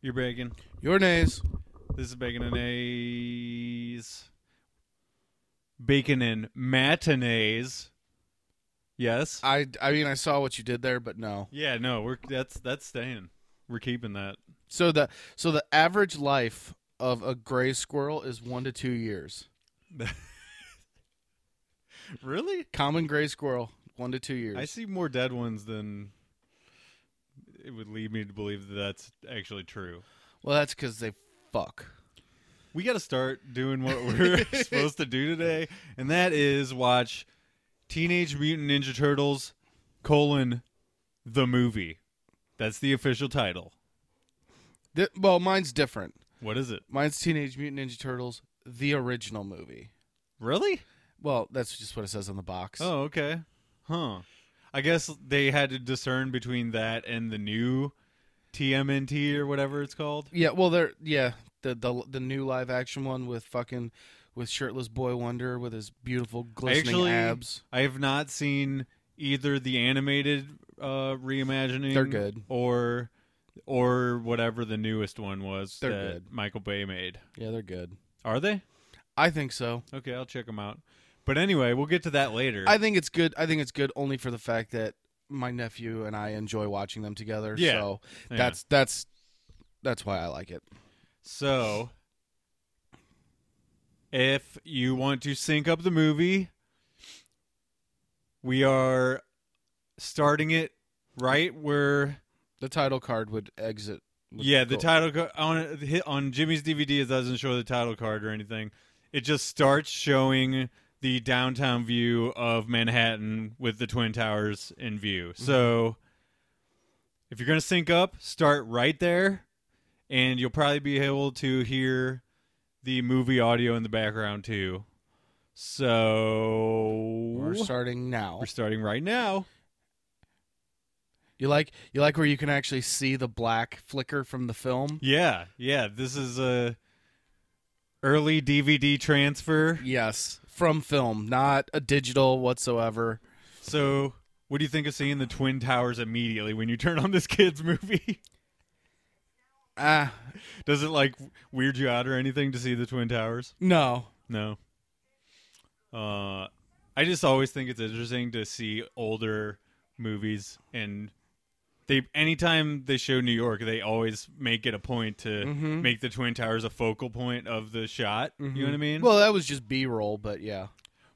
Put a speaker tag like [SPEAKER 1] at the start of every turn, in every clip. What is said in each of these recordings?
[SPEAKER 1] You're Bacon.
[SPEAKER 2] Your nays.
[SPEAKER 1] This is Bacon and A's. Bacon and matinees. Yes.
[SPEAKER 2] I, I mean, I saw what you did there, but no.
[SPEAKER 1] yeah. No. We're that's that's staying. We're keeping that.
[SPEAKER 2] So the so the average life of a gray squirrel is one to two years.
[SPEAKER 1] really?
[SPEAKER 2] Common gray squirrel, one to two years.
[SPEAKER 1] I see more dead ones than it would lead me to believe that that's actually true.
[SPEAKER 2] Well, that's because they fuck.
[SPEAKER 1] We got to start doing what we're supposed to do today, and that is watch Teenage Mutant Ninja Turtles: colon the movie. That's the official title.
[SPEAKER 2] Th- well, mine's different.
[SPEAKER 1] What is it?
[SPEAKER 2] Mine's Teenage Mutant Ninja Turtles, the original movie.
[SPEAKER 1] Really?
[SPEAKER 2] Well, that's just what it says on the box.
[SPEAKER 1] Oh, okay. Huh. I guess they had to discern between that and the new TMNT or whatever it's called.
[SPEAKER 2] Yeah, well, they're yeah the the the new live action one with fucking with shirtless boy wonder with his beautiful glistening
[SPEAKER 1] Actually,
[SPEAKER 2] abs.
[SPEAKER 1] I have not seen either the animated uh, reimagining.
[SPEAKER 2] They're good.
[SPEAKER 1] Or, or whatever the newest one was
[SPEAKER 2] They're
[SPEAKER 1] that
[SPEAKER 2] good.
[SPEAKER 1] Michael Bay made.
[SPEAKER 2] Yeah, they're good.
[SPEAKER 1] Are they?
[SPEAKER 2] I think so.
[SPEAKER 1] Okay, I'll check them out. But anyway, we'll get to that later.
[SPEAKER 2] I think it's good. I think it's good only for the fact that my nephew and I enjoy watching them together.
[SPEAKER 1] Yeah.
[SPEAKER 2] So
[SPEAKER 1] Yeah.
[SPEAKER 2] that's that's that's why I like it.
[SPEAKER 1] So, if you want to sync up the movie, we are starting it right where.
[SPEAKER 2] The title card would exit. would
[SPEAKER 1] Yeah, the
[SPEAKER 2] go-
[SPEAKER 1] title ca- on hit- on Jimmy's DVD. It doesn't show the title card or anything. It just starts showing the downtown view of Manhattan with the Twin Towers in view. So, if you're gonna sync up, start right there, and you'll probably be able to hear the movie audio in the background too. So
[SPEAKER 2] We're starting now.
[SPEAKER 1] we're starting right now.
[SPEAKER 2] You like you like where you can actually see the black flicker from the film.
[SPEAKER 1] Yeah, yeah. This is a early DVD transfer.
[SPEAKER 2] Yes, from film, not a digital whatsoever.
[SPEAKER 1] So, what do you think of seeing the Twin Towers immediately when you turn on this kid's movie?
[SPEAKER 2] Ah,
[SPEAKER 1] Does it like weird you out or anything to see the Twin Towers?
[SPEAKER 2] no.
[SPEAKER 1] No. Uh, I just always think it's interesting to see older movies and they anytime they show New York, they always make it a point to
[SPEAKER 2] Mhm.
[SPEAKER 1] make the Twin Towers a focal point of the shot. You know what I mean?
[SPEAKER 2] Well, that was just B roll, but yeah,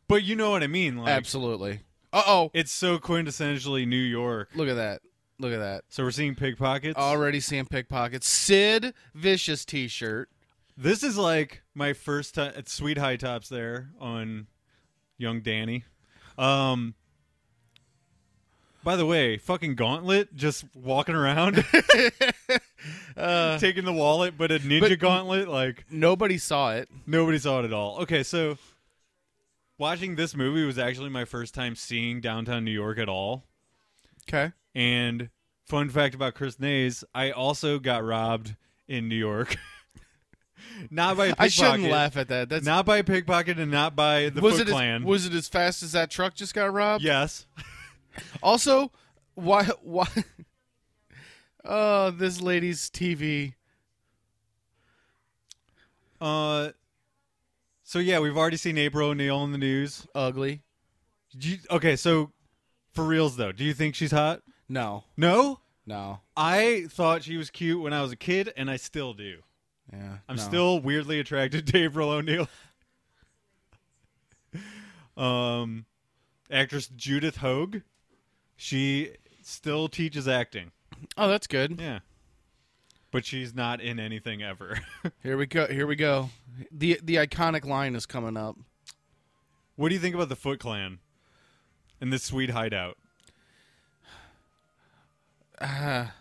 [SPEAKER 1] but you know what I mean. Like
[SPEAKER 2] absolutely. Uh oh,
[SPEAKER 1] it's so quintessentially New York.
[SPEAKER 2] look at that! Look at that!
[SPEAKER 1] So we're seeing pickpockets.
[SPEAKER 2] Already seeing pickpockets. Sid Vicious T-shirt.
[SPEAKER 1] This is like my first time at Sweet High Tops there on Young Danny. Um by the way, fucking gauntlet just walking around
[SPEAKER 2] Uh,
[SPEAKER 1] taking the wallet, but a ninja
[SPEAKER 2] But-
[SPEAKER 1] gauntlet, like
[SPEAKER 2] nobody saw it.
[SPEAKER 1] nobody saw it at all. Okay, so watching this movie was actually my first time seeing downtown New York at all.
[SPEAKER 2] Okay.
[SPEAKER 1] And fun fact about Chris Nays, I also got robbed in New York. Not by a
[SPEAKER 2] I shouldn't
[SPEAKER 1] pickpocket.
[SPEAKER 2] laugh at that. That's
[SPEAKER 1] not by Pickpocket and not by the
[SPEAKER 2] was
[SPEAKER 1] Foot
[SPEAKER 2] it
[SPEAKER 1] Clan.
[SPEAKER 2] as, was it as fast as that truck just got robbed?
[SPEAKER 1] yes.
[SPEAKER 2] Also, why why? Oh, this lady's TV.
[SPEAKER 1] Uh, so yeah, we've already seen April O'Neil in the news.
[SPEAKER 2] Ugly.
[SPEAKER 1] Do you- okay, so for reals though, do you think she's hot?
[SPEAKER 2] No,
[SPEAKER 1] No,
[SPEAKER 2] no.
[SPEAKER 1] I thought she was cute when I was a kid, and I still do.
[SPEAKER 2] Yeah,
[SPEAKER 1] I'm
[SPEAKER 2] no.
[SPEAKER 1] still weirdly attracted to April O'Neil. um, actress Judith Hogue, she still teaches acting.
[SPEAKER 2] Oh, that's good.
[SPEAKER 1] Yeah, but she's not in anything ever.
[SPEAKER 2] Here we go. Here we go. the The iconic line is coming up.
[SPEAKER 1] What do you think about the Foot Clan and this sweet hideout?
[SPEAKER 2] Ah,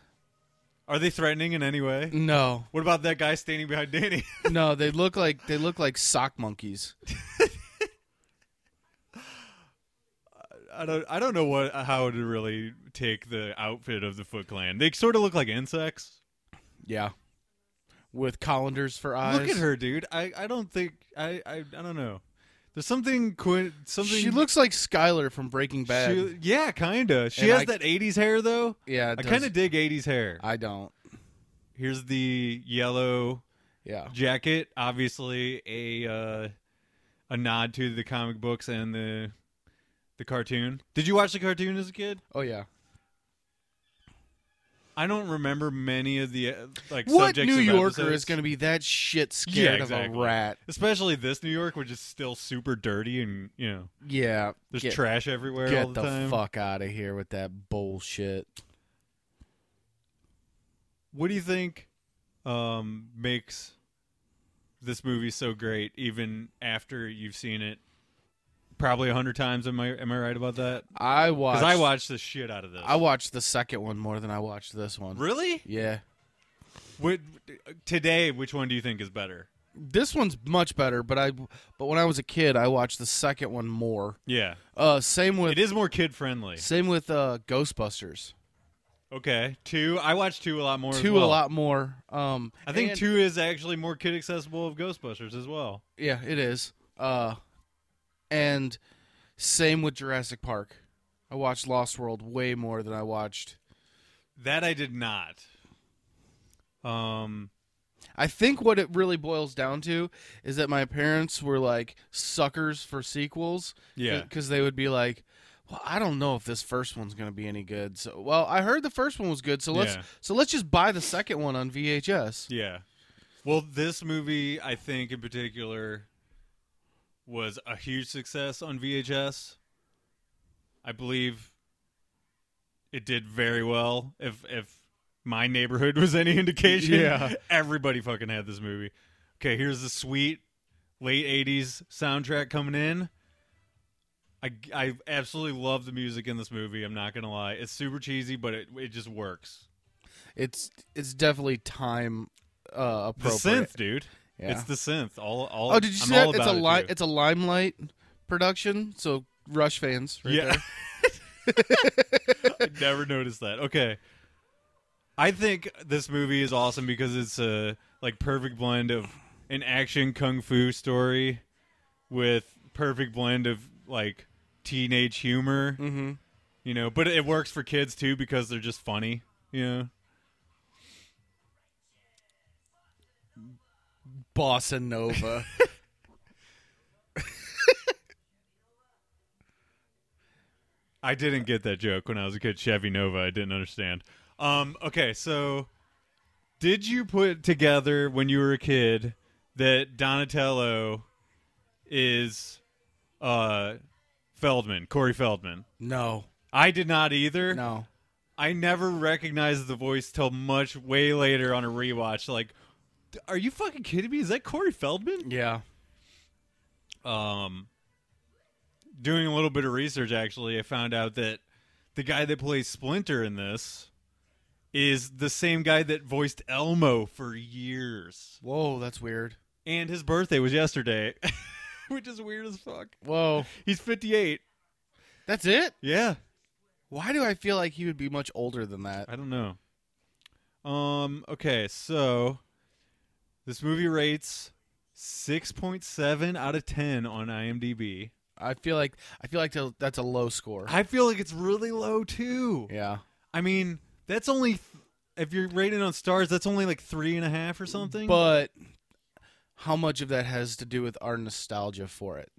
[SPEAKER 1] Are they threatening in any way?
[SPEAKER 2] no,
[SPEAKER 1] What about that guy standing behind Danny?
[SPEAKER 2] no. They look like they look like sock monkeys.
[SPEAKER 1] I don't. I don't know what how to really take the outfit of the Foot Clan. They sort of look like insects.
[SPEAKER 2] Yeah, with colanders for eyes.
[SPEAKER 1] Look at her, dude. I, I don't think I, I I don't know. There's something quin something.
[SPEAKER 2] She looks like Skylar from Breaking Bad.
[SPEAKER 1] she- yeah, kinda. She
[SPEAKER 2] And
[SPEAKER 1] has
[SPEAKER 2] I-
[SPEAKER 1] that '80s hair though.
[SPEAKER 2] yeah,
[SPEAKER 1] I
[SPEAKER 2] it does-
[SPEAKER 1] kind of dig '80s hair.
[SPEAKER 2] I don't.
[SPEAKER 1] Here's the yellow
[SPEAKER 2] Yeah.
[SPEAKER 1] jacket, obviously a uh, a nod to the comic books and the the cartoon. Did you watch the cartoon as a kid?
[SPEAKER 2] Oh yeah.
[SPEAKER 1] I don't remember many of the uh, like
[SPEAKER 2] What
[SPEAKER 1] subjects
[SPEAKER 2] New
[SPEAKER 1] of
[SPEAKER 2] Yorker
[SPEAKER 1] episodes.
[SPEAKER 2] is going to be that shit scared of
[SPEAKER 1] exactly.
[SPEAKER 2] a rat?
[SPEAKER 1] Especially this New York, which is still super dirty and you know
[SPEAKER 2] Yeah.
[SPEAKER 1] there's
[SPEAKER 2] get
[SPEAKER 1] trash everywhere all
[SPEAKER 2] get
[SPEAKER 1] the,
[SPEAKER 2] the,
[SPEAKER 1] time.
[SPEAKER 2] fuck out of here with that bullshit.
[SPEAKER 1] What do you think um, makes this movie so great, even after you've seen it probably a hundred times? Am I am I right about that?
[SPEAKER 2] I watched.
[SPEAKER 1] Because I watched the shit out of this.
[SPEAKER 2] I watched the second one more than I watched this one.
[SPEAKER 1] really?
[SPEAKER 2] Yeah.
[SPEAKER 1] What, today, which one do you think is better?
[SPEAKER 2] This one's much better, but I but when I was a kid, I watched the second one more.
[SPEAKER 1] Yeah,
[SPEAKER 2] Uh, same with
[SPEAKER 1] it is more kid friendly.
[SPEAKER 2] same with uh, Ghostbusters.
[SPEAKER 1] Okay, two. I watched two a lot more. as
[SPEAKER 2] Two a
[SPEAKER 1] well.
[SPEAKER 2] lot more. Um,
[SPEAKER 1] I think
[SPEAKER 2] and-
[SPEAKER 1] two is actually more kid accessible of Ghostbusters as well.
[SPEAKER 2] Yeah, it is. Uh, and same with Jurassic Park. I watched Lost World way more than I watched.
[SPEAKER 1] That I did not. Um,
[SPEAKER 2] I think what it really boils down to is that my parents were like suckers for sequels.
[SPEAKER 1] Yeah.
[SPEAKER 2] Because they would be like, well, I don't know if this first one's going to be any good. So, well, I heard the first one was good, so let's
[SPEAKER 1] Yeah.
[SPEAKER 2] so let's just buy the second one on VHS.
[SPEAKER 1] yeah. Well, this movie, I think in particular, was a huge success on VHS. I believe it did very well. If if my neighborhood was any indication,
[SPEAKER 2] Yeah.
[SPEAKER 1] everybody fucking had this movie. Okay, here's the sweet late '80s soundtrack coming in. I, I absolutely love the music in this movie. I'm not gonna lie, it's super cheesy, but it it just works.
[SPEAKER 2] It's it's definitely time uh,
[SPEAKER 1] The
[SPEAKER 2] appropriate.
[SPEAKER 1] synth, dude.
[SPEAKER 2] Yeah.
[SPEAKER 1] It's the synth. All all.
[SPEAKER 2] Oh, did you
[SPEAKER 1] I'm
[SPEAKER 2] see
[SPEAKER 1] all
[SPEAKER 2] that? It's a
[SPEAKER 1] about it,
[SPEAKER 2] li-
[SPEAKER 1] dude.
[SPEAKER 2] it's a limelight production. So Rush fans, right
[SPEAKER 1] yeah.
[SPEAKER 2] there.
[SPEAKER 1] I never noticed that. Okay. I think this movie is awesome because it's a like perfect blend of an action kung fu story with perfect blend of like teenage humor,
[SPEAKER 2] Mm-hmm.
[SPEAKER 1] you know, but it works for kids too because they're just funny, you know.
[SPEAKER 2] Bossa Nova.
[SPEAKER 1] I didn't get that joke when I was a kid. Chevy Nova, I didn't understand. Um, okay, so did you put together when you were a kid that Donatello is uh, Feldman, Corey Feldman?
[SPEAKER 2] no,
[SPEAKER 1] I did not either.
[SPEAKER 2] no.
[SPEAKER 1] I never recognized the voice till much way later on a rewatch. Like, "D- are you fucking kidding me? Is that Corey Feldman?
[SPEAKER 2] Yeah.
[SPEAKER 1] um, doing a little bit of research, actually, I found out that the guy that plays Splinter in this is the same guy that voiced Elmo for years.
[SPEAKER 2] Whoa, that's weird.
[SPEAKER 1] And his birthday was yesterday, which is weird as fuck.
[SPEAKER 2] Whoa,
[SPEAKER 1] He's 58.
[SPEAKER 2] that's it.
[SPEAKER 1] Yeah.
[SPEAKER 2] Why do I feel like he would be much older than that?
[SPEAKER 1] I don't know. Um, okay, so this movie rates 6.7 out of 10 on IMDb.
[SPEAKER 2] I feel like I feel like tha- that's a low score.
[SPEAKER 1] I feel like it's really low too.
[SPEAKER 2] Yeah.
[SPEAKER 1] I mean, that's only th- if you're rating on stars. That's only like three and a half or something.
[SPEAKER 2] But how much of that has to do with our nostalgia for it?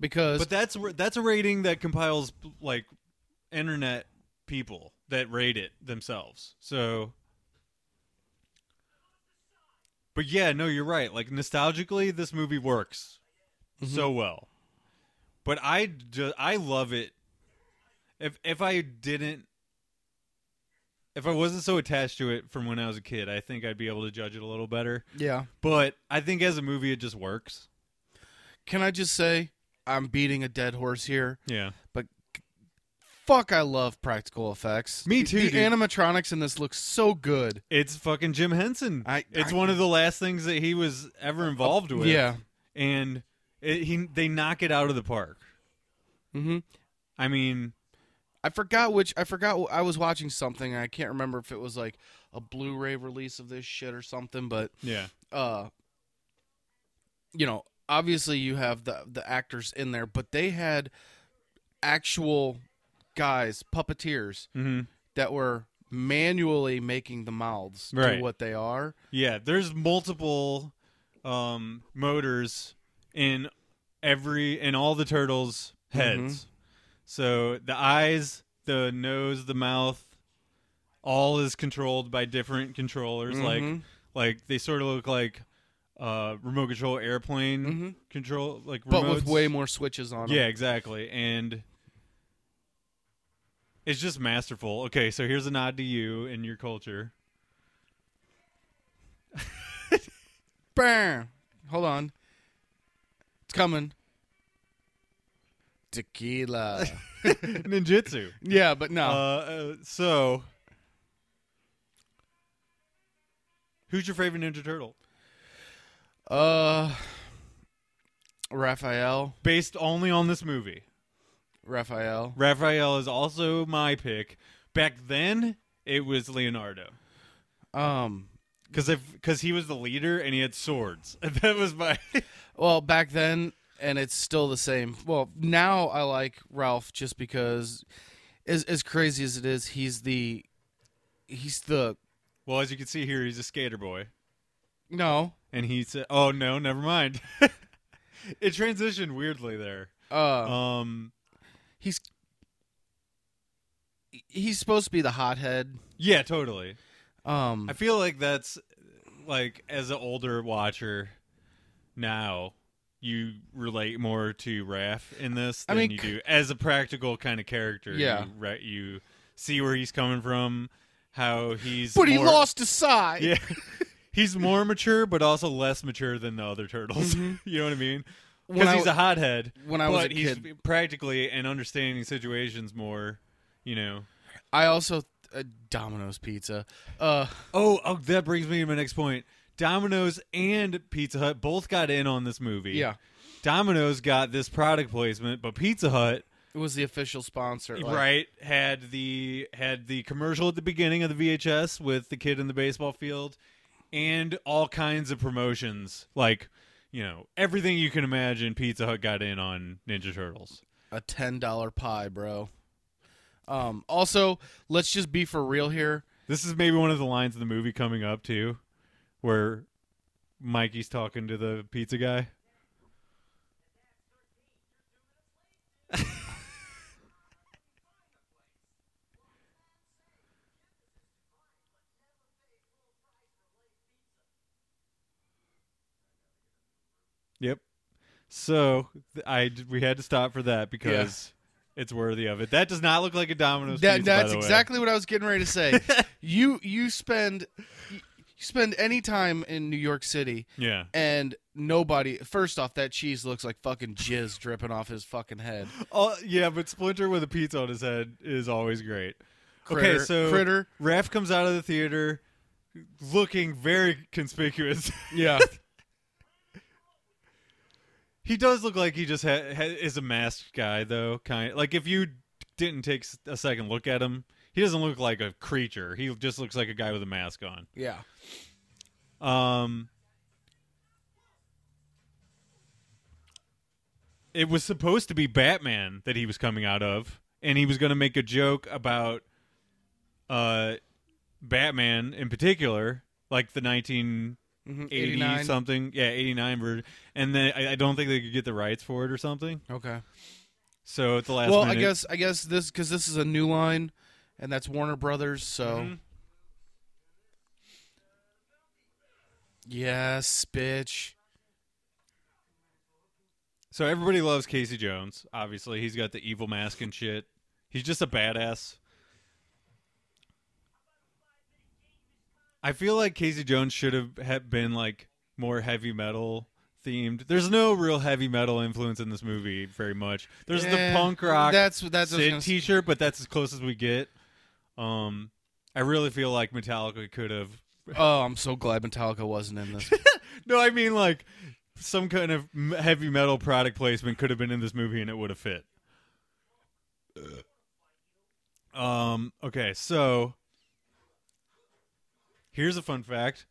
[SPEAKER 2] Because
[SPEAKER 1] but that's where- that's a rating that compiles like internet people that rate it themselves. So, but yeah, no, you're right. Like nostalgically, this movie works so well. But I ju- I love it. If if I didn't. If I wasn't so attached to it from when I was a kid, I think I'd be able to judge it a little better.
[SPEAKER 2] yeah.
[SPEAKER 1] But I think as a movie, it just works.
[SPEAKER 2] Can I just say I'm beating a dead horse here?
[SPEAKER 1] Yeah.
[SPEAKER 2] Fuck, I love practical effects.
[SPEAKER 1] Me
[SPEAKER 2] The-
[SPEAKER 1] too,
[SPEAKER 2] The
[SPEAKER 1] dude.
[SPEAKER 2] animatronics in this look so good.
[SPEAKER 1] It's fucking Jim Henson.
[SPEAKER 2] I-
[SPEAKER 1] it's
[SPEAKER 2] I-
[SPEAKER 1] one of the last things that he was ever involved with.
[SPEAKER 2] Yeah.
[SPEAKER 1] And it, he they knock it out of the park.
[SPEAKER 2] Mm-hmm.
[SPEAKER 1] I mean,
[SPEAKER 2] I forgot which. I forgot. wh- I was watching something. And I can't remember if it was like a Blu-ray release of this shit or something. But
[SPEAKER 1] yeah.
[SPEAKER 2] uh, you know, obviously you have the the actors in there, but they had actual guys, puppeteers
[SPEAKER 1] Mm-hmm.
[SPEAKER 2] that were manually making the mouths
[SPEAKER 1] Right.
[SPEAKER 2] do what they are.
[SPEAKER 1] Yeah, there's multiple um, motors in every in all the turtles'
[SPEAKER 2] Mm-hmm.
[SPEAKER 1] heads. So the eyes, the nose, the mouth, all is controlled by different controllers. Like
[SPEAKER 2] Mhm.
[SPEAKER 1] like they sort of look like uh, remote control airplane control like
[SPEAKER 2] Mm-hmm. But with
[SPEAKER 1] remotes.
[SPEAKER 2] way more switches on 'em.
[SPEAKER 1] Yeah, exactly. And it's just masterful. Okay, so here's a nod to you and your culture.
[SPEAKER 2] Bam. Hold on. It's coming. Tequila.
[SPEAKER 1] Ninjutsu.
[SPEAKER 2] yeah, but
[SPEAKER 1] Uh,
[SPEAKER 2] no.
[SPEAKER 1] uh, so, who's your favorite Ninja Turtle?
[SPEAKER 2] Uh, Raphael,
[SPEAKER 1] Based only on this movie,
[SPEAKER 2] Raphael.
[SPEAKER 1] Raphael is also my pick. Back then, it was Leonardo
[SPEAKER 2] Um,
[SPEAKER 1] because because he was the leader and he had swords. That was my
[SPEAKER 2] well, back then, and it's still the same. Well, now I like Ralph just because, as as crazy as it is, he's the, he's the
[SPEAKER 1] well. As you can see here, he's a skater boy,
[SPEAKER 2] no.
[SPEAKER 1] and he said, "Oh no, never mind." it transitioned weirdly there.
[SPEAKER 2] Uh,
[SPEAKER 1] Um,
[SPEAKER 2] he's he's supposed to be the hothead.
[SPEAKER 1] yeah, totally.
[SPEAKER 2] Um,
[SPEAKER 1] I feel like that's like as an older watcher now, you relate more to Raph in this
[SPEAKER 2] I
[SPEAKER 1] than
[SPEAKER 2] mean,
[SPEAKER 1] you
[SPEAKER 2] c-
[SPEAKER 1] do as a practical kind of character.
[SPEAKER 2] Yeah.
[SPEAKER 1] you, re- you see where he's coming from, how he's.
[SPEAKER 2] but he
[SPEAKER 1] more-
[SPEAKER 2] lost his side.
[SPEAKER 1] Yeah, he's more mature, but also less mature than the other turtles. you know what Mm-hmm. I mean?
[SPEAKER 2] When I
[SPEAKER 1] Because he's
[SPEAKER 2] w-
[SPEAKER 1] a hothead.
[SPEAKER 2] when I was
[SPEAKER 1] but
[SPEAKER 2] a
[SPEAKER 1] he's
[SPEAKER 2] kid.
[SPEAKER 1] practically and understanding situations more. You know.
[SPEAKER 2] I also uh, Domino's pizza. Uh,
[SPEAKER 1] Oh, oh, that brings me to my next point. Domino's and Pizza Hut both got in on this movie.
[SPEAKER 2] yeah,
[SPEAKER 1] Domino's got this product placement, but Pizza Hut
[SPEAKER 2] it was the official sponsor. like-
[SPEAKER 1] right had the had the commercial at the beginning of the VHS with the kid in the baseball field and all kinds of promotions like you know everything you can imagine Pizza Hut got in on Ninja Turtles.
[SPEAKER 2] a ten dollar pie, bro. Um, also, let's just be for real here.
[SPEAKER 1] This is maybe one of the lines of the movie coming up too where Mikey's talking to the pizza guy. Yep. So th- I d- we had to stop for that because it's worthy of it. That does not look like a Domino's
[SPEAKER 2] That,
[SPEAKER 1] pizza. by
[SPEAKER 2] that's
[SPEAKER 1] the way.
[SPEAKER 2] exactly what I was getting ready to say. you you spend you spend any time in New York City
[SPEAKER 1] Yeah.
[SPEAKER 2] and nobody. First off, that cheese looks like fucking jizz dripping off his fucking head.
[SPEAKER 1] Oh yeah, but Splinter with a pizza on his head is always great.
[SPEAKER 2] Critter,
[SPEAKER 1] okay, so
[SPEAKER 2] critter.
[SPEAKER 1] Raph comes out of the theater looking very conspicuous.
[SPEAKER 2] Yeah,
[SPEAKER 1] he does look like he just ha- ha- is a masked guy, though. Kind like if you didn't take s- a second look at him, he doesn't look like a creature. He just looks like a guy with a mask on.
[SPEAKER 2] yeah.
[SPEAKER 1] Um, it was supposed to be Batman that he was coming out of, and he was going to make a joke about uh, Batman in particular, like the nineteen
[SPEAKER 2] Mhm,
[SPEAKER 1] eighty
[SPEAKER 2] 89.
[SPEAKER 1] something, yeah, eighty nine version. And then I, I don't think they could get the rights for it or something.
[SPEAKER 2] Okay.
[SPEAKER 1] So at the last,
[SPEAKER 2] well, I
[SPEAKER 1] minute-
[SPEAKER 2] guess I guess this because this is a new line, and that's Warner Brothers. So
[SPEAKER 1] Mhm.
[SPEAKER 2] yes, bitch.
[SPEAKER 1] So everybody loves Casey Jones. Obviously, he's got the evil mask and shit. He's just a badass. I feel like Casey Jones should have ha- been like more heavy metal themed. There's no real heavy metal influence in this movie very much. There's
[SPEAKER 2] Eh,
[SPEAKER 1] the punk rock
[SPEAKER 2] That's that's what I was
[SPEAKER 1] Sid
[SPEAKER 2] gonna say.
[SPEAKER 1] t-shirt, but that's as close as we get. Um, I really feel like Metallica could have.
[SPEAKER 2] Oh, I'm so glad Metallica wasn't in this.
[SPEAKER 1] No, I mean like some kind of m- heavy metal product placement could have been in this movie and it would have fit. Um. Okay. So here's a fun fact.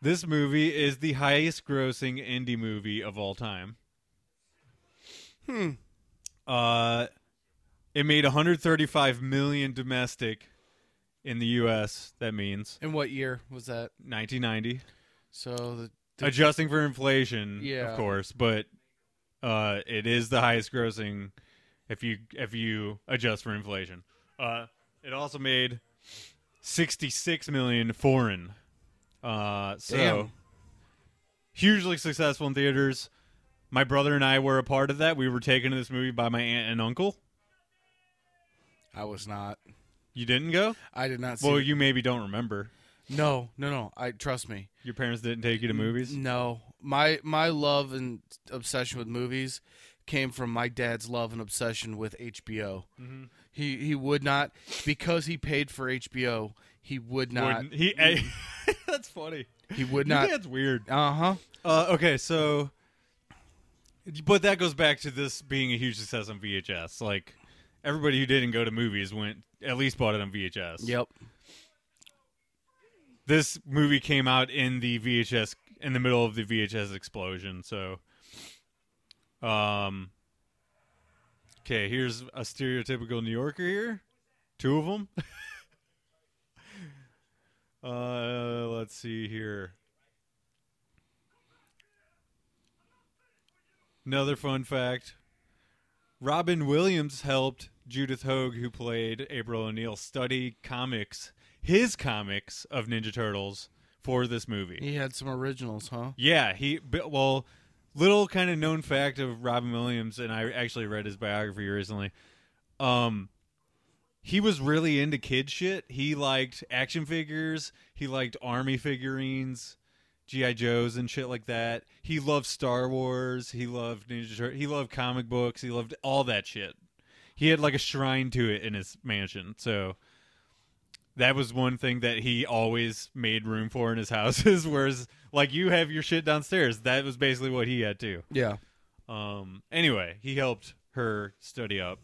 [SPEAKER 1] This movie is the highest grossing indie movie of all time. Hmm. Uh, it made 135 million domestic in the U.S. That means
[SPEAKER 2] And what year was that?
[SPEAKER 1] 1990,
[SPEAKER 2] So the, the
[SPEAKER 1] adjusting for inflation,
[SPEAKER 2] Yeah.
[SPEAKER 1] of course, but uh, it is the highest grossing if you if you adjust for inflation. Uh, it also made 66 million foreign. Uh, so
[SPEAKER 2] Damn.
[SPEAKER 1] hugely successful in theaters. My brother and I were a part of that. We were taken to this movie by my aunt and uncle.
[SPEAKER 2] I was not.
[SPEAKER 1] You didn't go?
[SPEAKER 2] I did not see.
[SPEAKER 1] Well,
[SPEAKER 2] it.
[SPEAKER 1] you maybe don't remember.
[SPEAKER 2] no, no, no. I trust me.
[SPEAKER 1] Your parents didn't take you to movies.
[SPEAKER 2] No, my my love and obsession with movies came from my dad's love and obsession with HBO.
[SPEAKER 1] Mm-hmm.
[SPEAKER 2] He he would not because he paid for HBO. He would not.
[SPEAKER 1] Wouldn't- he? that's funny.
[SPEAKER 2] He would
[SPEAKER 1] Your
[SPEAKER 2] not.
[SPEAKER 1] dad's weird.
[SPEAKER 2] Uh huh.
[SPEAKER 1] Uh, okay, so, but that goes back to this being a huge success on VHS. Like everybody who didn't go to movies went at least bought it on VHS.
[SPEAKER 2] Yep.
[SPEAKER 1] This movie came out in the VHS in the middle of the VHS explosion. So, um, okay, here's a stereotypical New Yorker here. Two of them. uh, let's see here. Another fun fact Robin Williams helped Judith Hogue, who played April O'Neil, study comics, his comics of Ninja Turtles for this movie.
[SPEAKER 2] He had some originals, huh?
[SPEAKER 1] Yeah, he, but- well, little kind of known fact of Robin Williams, and I actually read his biography recently. Um, he was really into kid shit. He liked action figures, he liked army figurines. GI Joes and shit like that. He loved Star Wars. He loved Ninja Turtles. He loved comic books. He loved all that shit. He had like a shrine to it in his mansion. So that was one thing that he always made room for in his houses. Whereas, like you have your shit downstairs. That was basically what he had too.
[SPEAKER 2] Yeah.
[SPEAKER 1] Um. Anyway, he helped her study up.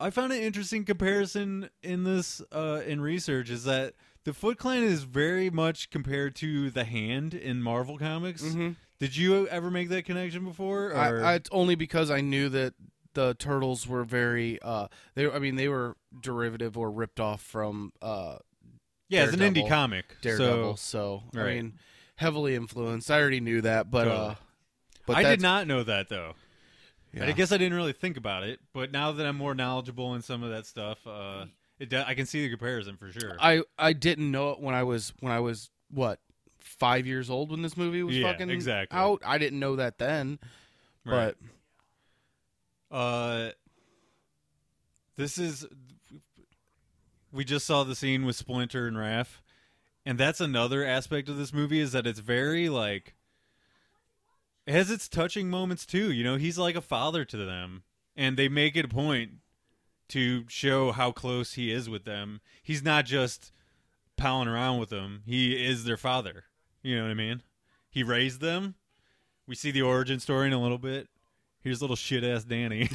[SPEAKER 1] I found an interesting comparison in this uh, in research is that the Foot Clan is very much compared to the Hand in Marvel Comics.
[SPEAKER 2] Mhm.
[SPEAKER 1] Did you ever make that connection before? Or?
[SPEAKER 2] I, I only because I knew that the turtles were very. Uh, they. I mean, they were derivative or ripped off from uh,
[SPEAKER 1] yeah, it's an
[SPEAKER 2] Daredevil.
[SPEAKER 1] indie comic.
[SPEAKER 2] Daredevil.
[SPEAKER 1] So
[SPEAKER 2] So, I
[SPEAKER 1] Right.
[SPEAKER 2] mean, heavily influenced. I already knew that, but uh,
[SPEAKER 1] Totally.
[SPEAKER 2] but
[SPEAKER 1] I
[SPEAKER 2] that's-
[SPEAKER 1] did not know that though.
[SPEAKER 2] Yeah.
[SPEAKER 1] I guess I didn't really think about it, but now that I'm more knowledgeable in some of that stuff, uh, it de- I can see the comparison for sure.
[SPEAKER 2] I I didn't know it when I was when I was what five years old when this movie was
[SPEAKER 1] Yeah,
[SPEAKER 2] fucking
[SPEAKER 1] exactly.
[SPEAKER 2] out. I didn't know that then,
[SPEAKER 1] Right.
[SPEAKER 2] but
[SPEAKER 1] Uh, this is we just saw the scene with Splinter and Raph, and that's another aspect of this movie is that it's very like it has its touching moments too. You know, he's like a father to them, and they make it a point to show how close he is with them. He's not just palling around with them; he is their father. You know what I mean? He raised them. We see the origin story in a little bit. Here's little shit ass Danny.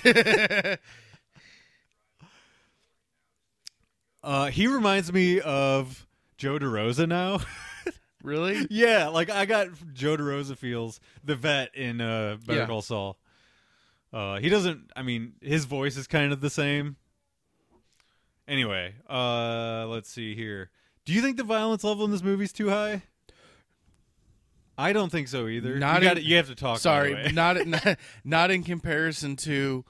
[SPEAKER 1] uh, he reminds me of Joe DeRosa now.
[SPEAKER 2] really,
[SPEAKER 1] yeah, like I got Joe DeRosa feels the vet in uh, Better
[SPEAKER 2] Yeah.
[SPEAKER 1] Call Saul. Uh, he doesn't. I mean, his voice is kind of the same. Anyway, uh, let's see here. Do you think the violence level in this movie's too high? I don't think so either.
[SPEAKER 2] Not
[SPEAKER 1] you, gotta-
[SPEAKER 2] in-
[SPEAKER 1] you have to talk. by the way.
[SPEAKER 2] sorry, not, not not in comparison to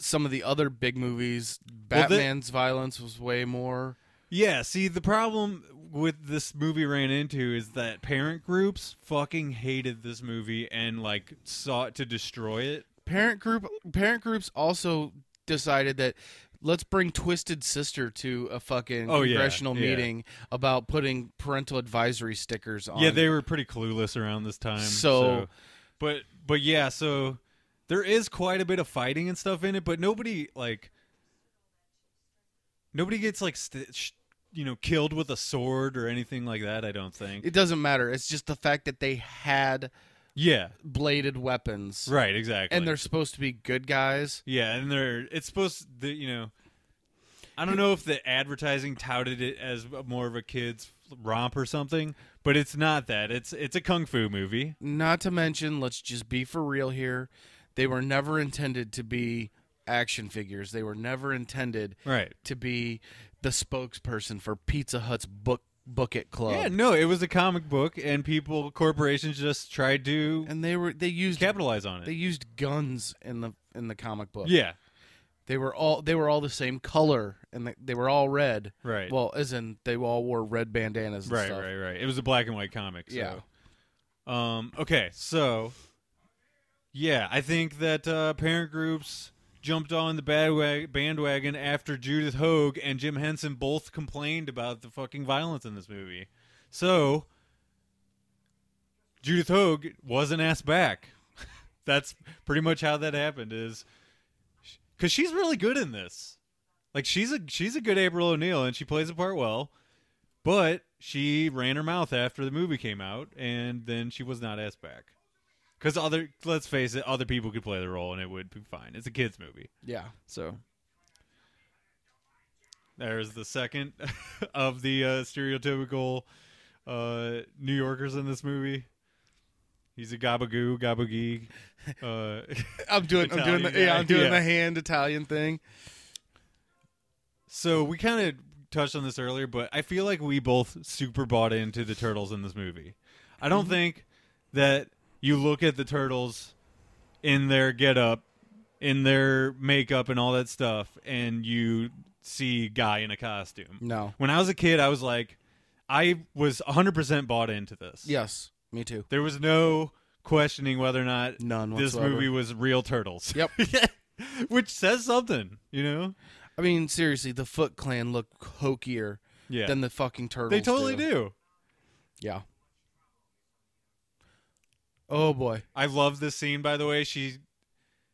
[SPEAKER 2] some of the other big movies.
[SPEAKER 1] Well, the-
[SPEAKER 2] Batman's violence was way more.
[SPEAKER 1] Yeah, see, the problem with this movie ran into is that parent groups fucking hated this movie and like sought to destroy it.
[SPEAKER 2] Parent group parent groups also decided that let's bring Twisted Sister to a fucking
[SPEAKER 1] Oh, yeah,
[SPEAKER 2] congressional
[SPEAKER 1] yeah.
[SPEAKER 2] meeting about putting parental advisory stickers on.
[SPEAKER 1] Yeah, they were pretty clueless around this time.
[SPEAKER 2] So-
[SPEAKER 1] but but yeah, so there is quite a bit of fighting and stuff in it, but nobody like nobody gets like st- sh- you know killed with a sword or anything like that. I don't think.
[SPEAKER 2] It doesn't matter. It's just the fact that they had
[SPEAKER 1] yeah,
[SPEAKER 2] bladed weapons.
[SPEAKER 1] right, exactly.
[SPEAKER 2] And they're supposed to be good guys.
[SPEAKER 1] Yeah, and they're it's supposed to, you know. I don't know if the advertising touted it as more of a kids romp or something, but it's not that. It's it's a kung fu movie.
[SPEAKER 2] Not to mention, let's just be for real here. They were never intended to be action figures. They were never intended
[SPEAKER 1] Right.
[SPEAKER 2] to be the spokesperson for Pizza Hut's book bucket club.
[SPEAKER 1] Yeah, no, it was a comic book, and people, corporations just tried to
[SPEAKER 2] and they were they used
[SPEAKER 1] capitalize on
[SPEAKER 2] they
[SPEAKER 1] it.
[SPEAKER 2] used guns in the in the comic book.
[SPEAKER 1] Yeah,
[SPEAKER 2] They were all they were all the same color and they, they were all red.
[SPEAKER 1] right.
[SPEAKER 2] Well, as in they all wore red bandanas and
[SPEAKER 1] right,
[SPEAKER 2] stuff.
[SPEAKER 1] right, right. It was a black and white comic. So.
[SPEAKER 2] Yeah.
[SPEAKER 1] Um. Okay. So. Yeah, I think that uh, parent groups jumped on the badwa- bandwagon after Judith Hogue and Jim Henson both complained about the fucking violence in this movie. So. Judith Hogue wasn't asked back. That's pretty much how that happened. Is because she's really good in this. Like she's a she's a good April O'Neil and she plays the part well, but she ran her mouth after the movie came out and then she was not asked back. Because other let's face it, other people could play the role and it would be fine. It's a kids movie,
[SPEAKER 2] Yeah.
[SPEAKER 1] so there's the second of the uh, stereotypical uh, New Yorkers in this movie. He's a gabagoo, gabagee. Uh,
[SPEAKER 2] I'm doing I'm
[SPEAKER 1] Italian
[SPEAKER 2] doing the, yeah,
[SPEAKER 1] guy.
[SPEAKER 2] I'm doing
[SPEAKER 1] Yeah.
[SPEAKER 2] the hand Italian thing.
[SPEAKER 1] So we kind of touched on this earlier, but I feel like we both super bought into the turtles in this movie. I
[SPEAKER 2] Mm-hmm.
[SPEAKER 1] don't think that you look at the turtles in their getup, in their makeup, and all that stuff, and you see guy in a costume.
[SPEAKER 2] No.
[SPEAKER 1] When I was a kid, I was like, I was 100% bought into this.
[SPEAKER 2] Yes, me too.
[SPEAKER 1] There was no questioning whether or not
[SPEAKER 2] None
[SPEAKER 1] this
[SPEAKER 2] whatsoever.
[SPEAKER 1] movie was real turtles.
[SPEAKER 2] Yep.
[SPEAKER 1] Which says something, you know?
[SPEAKER 2] I mean, seriously, the Foot Clan look hokier
[SPEAKER 1] Yeah.
[SPEAKER 2] than the fucking turtles.
[SPEAKER 1] they totally
[SPEAKER 2] do.
[SPEAKER 1] do.
[SPEAKER 2] Yeah. Oh boy.
[SPEAKER 1] I love this scene by the way. She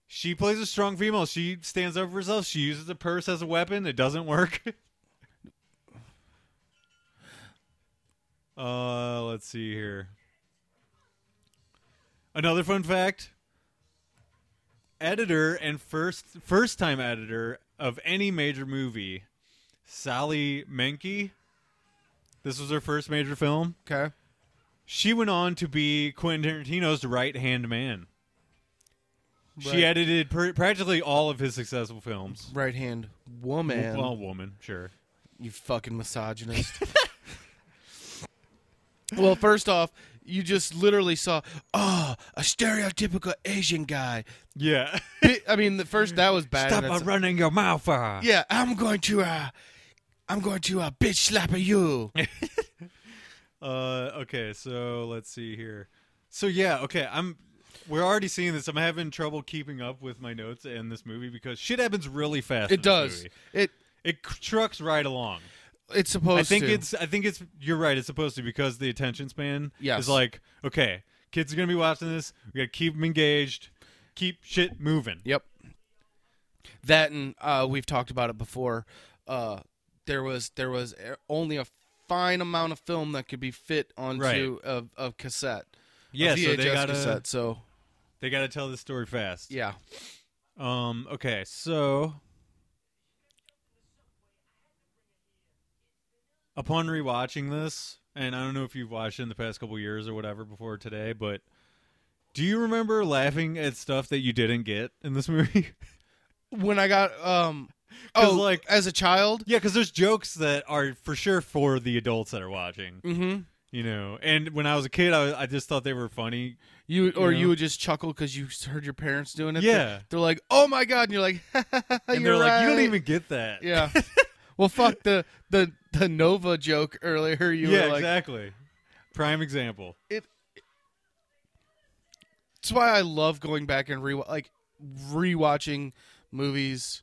[SPEAKER 1] she plays a strong female. She stands up for herself. She uses a purse as a weapon. It doesn't work. uh let's see here. Another fun fact. Editor and first first time editor of any major movie, Sally Menke. This was her first major film.
[SPEAKER 2] Okay.
[SPEAKER 1] She went on to be Quentin Tarantino's right hand man. She edited pr- practically all of his successful films.
[SPEAKER 2] Right hand woman.
[SPEAKER 1] Well, woman, sure.
[SPEAKER 2] You fucking misogynist. well, first off, you just literally saw oh a stereotypical Asian guy.
[SPEAKER 1] Yeah.
[SPEAKER 2] Bi- I mean, the first that was bad.
[SPEAKER 1] Stop
[SPEAKER 2] That's-
[SPEAKER 1] running your mouth. ah.
[SPEAKER 2] yeah, I'm going to uh, I'm going to uh, bitch slap you.
[SPEAKER 1] Uh, okay, so let's see here. So yeah, okay, I'm. We're already seeing this. I'm having trouble keeping up with my notes in this movie because shit happens really fast. in
[SPEAKER 2] It
[SPEAKER 1] this
[SPEAKER 2] does.
[SPEAKER 1] movie.
[SPEAKER 2] It
[SPEAKER 1] It c- trucks right along.
[SPEAKER 2] it's supposed.
[SPEAKER 1] I think
[SPEAKER 2] to.
[SPEAKER 1] it's. I think it's. You're right. It's supposed to because the attention span
[SPEAKER 2] Yes.
[SPEAKER 1] is like okay, kids are gonna be watching this. We gotta keep them engaged, keep shit moving.
[SPEAKER 2] Yep. That and uh, we've talked about it before. Uh, there was there was a- only a fine amount of film that could be fit onto a, a cassette. E a
[SPEAKER 1] Yeah, so
[SPEAKER 2] VHS
[SPEAKER 1] they gotta
[SPEAKER 2] cassette. So
[SPEAKER 1] they gotta tell the story fast.
[SPEAKER 2] yeah,
[SPEAKER 1] Um. Okay. So. Upon rewatching this, and I don't know if you've watched it in the past couple years or whatever before today, but do you remember laughing at stuff that you didn't get in this movie?
[SPEAKER 2] when I got um,
[SPEAKER 1] 'Cause,
[SPEAKER 2] oh
[SPEAKER 1] like-
[SPEAKER 2] like as a child.
[SPEAKER 1] Yeah, because there's jokes that are for sure for the adults that are watching,
[SPEAKER 2] Mm-hmm.
[SPEAKER 1] you know. And when I was a kid, I, was- I just thought they were funny.
[SPEAKER 2] You or
[SPEAKER 1] Yeah.
[SPEAKER 2] you would just chuckle because you heard your parents doing it.
[SPEAKER 1] Yeah.
[SPEAKER 2] They're, they're like, "Oh my god!" And you're like,
[SPEAKER 1] And they're
[SPEAKER 2] "You're
[SPEAKER 1] like, you don't
[SPEAKER 2] right."
[SPEAKER 1] even get that.
[SPEAKER 2] Yeah. well, fuck the the the Nova joke earlier. You
[SPEAKER 1] yeah,
[SPEAKER 2] were like,
[SPEAKER 1] exactly. Prime example.
[SPEAKER 2] That's why I love going back and re like rewatching movies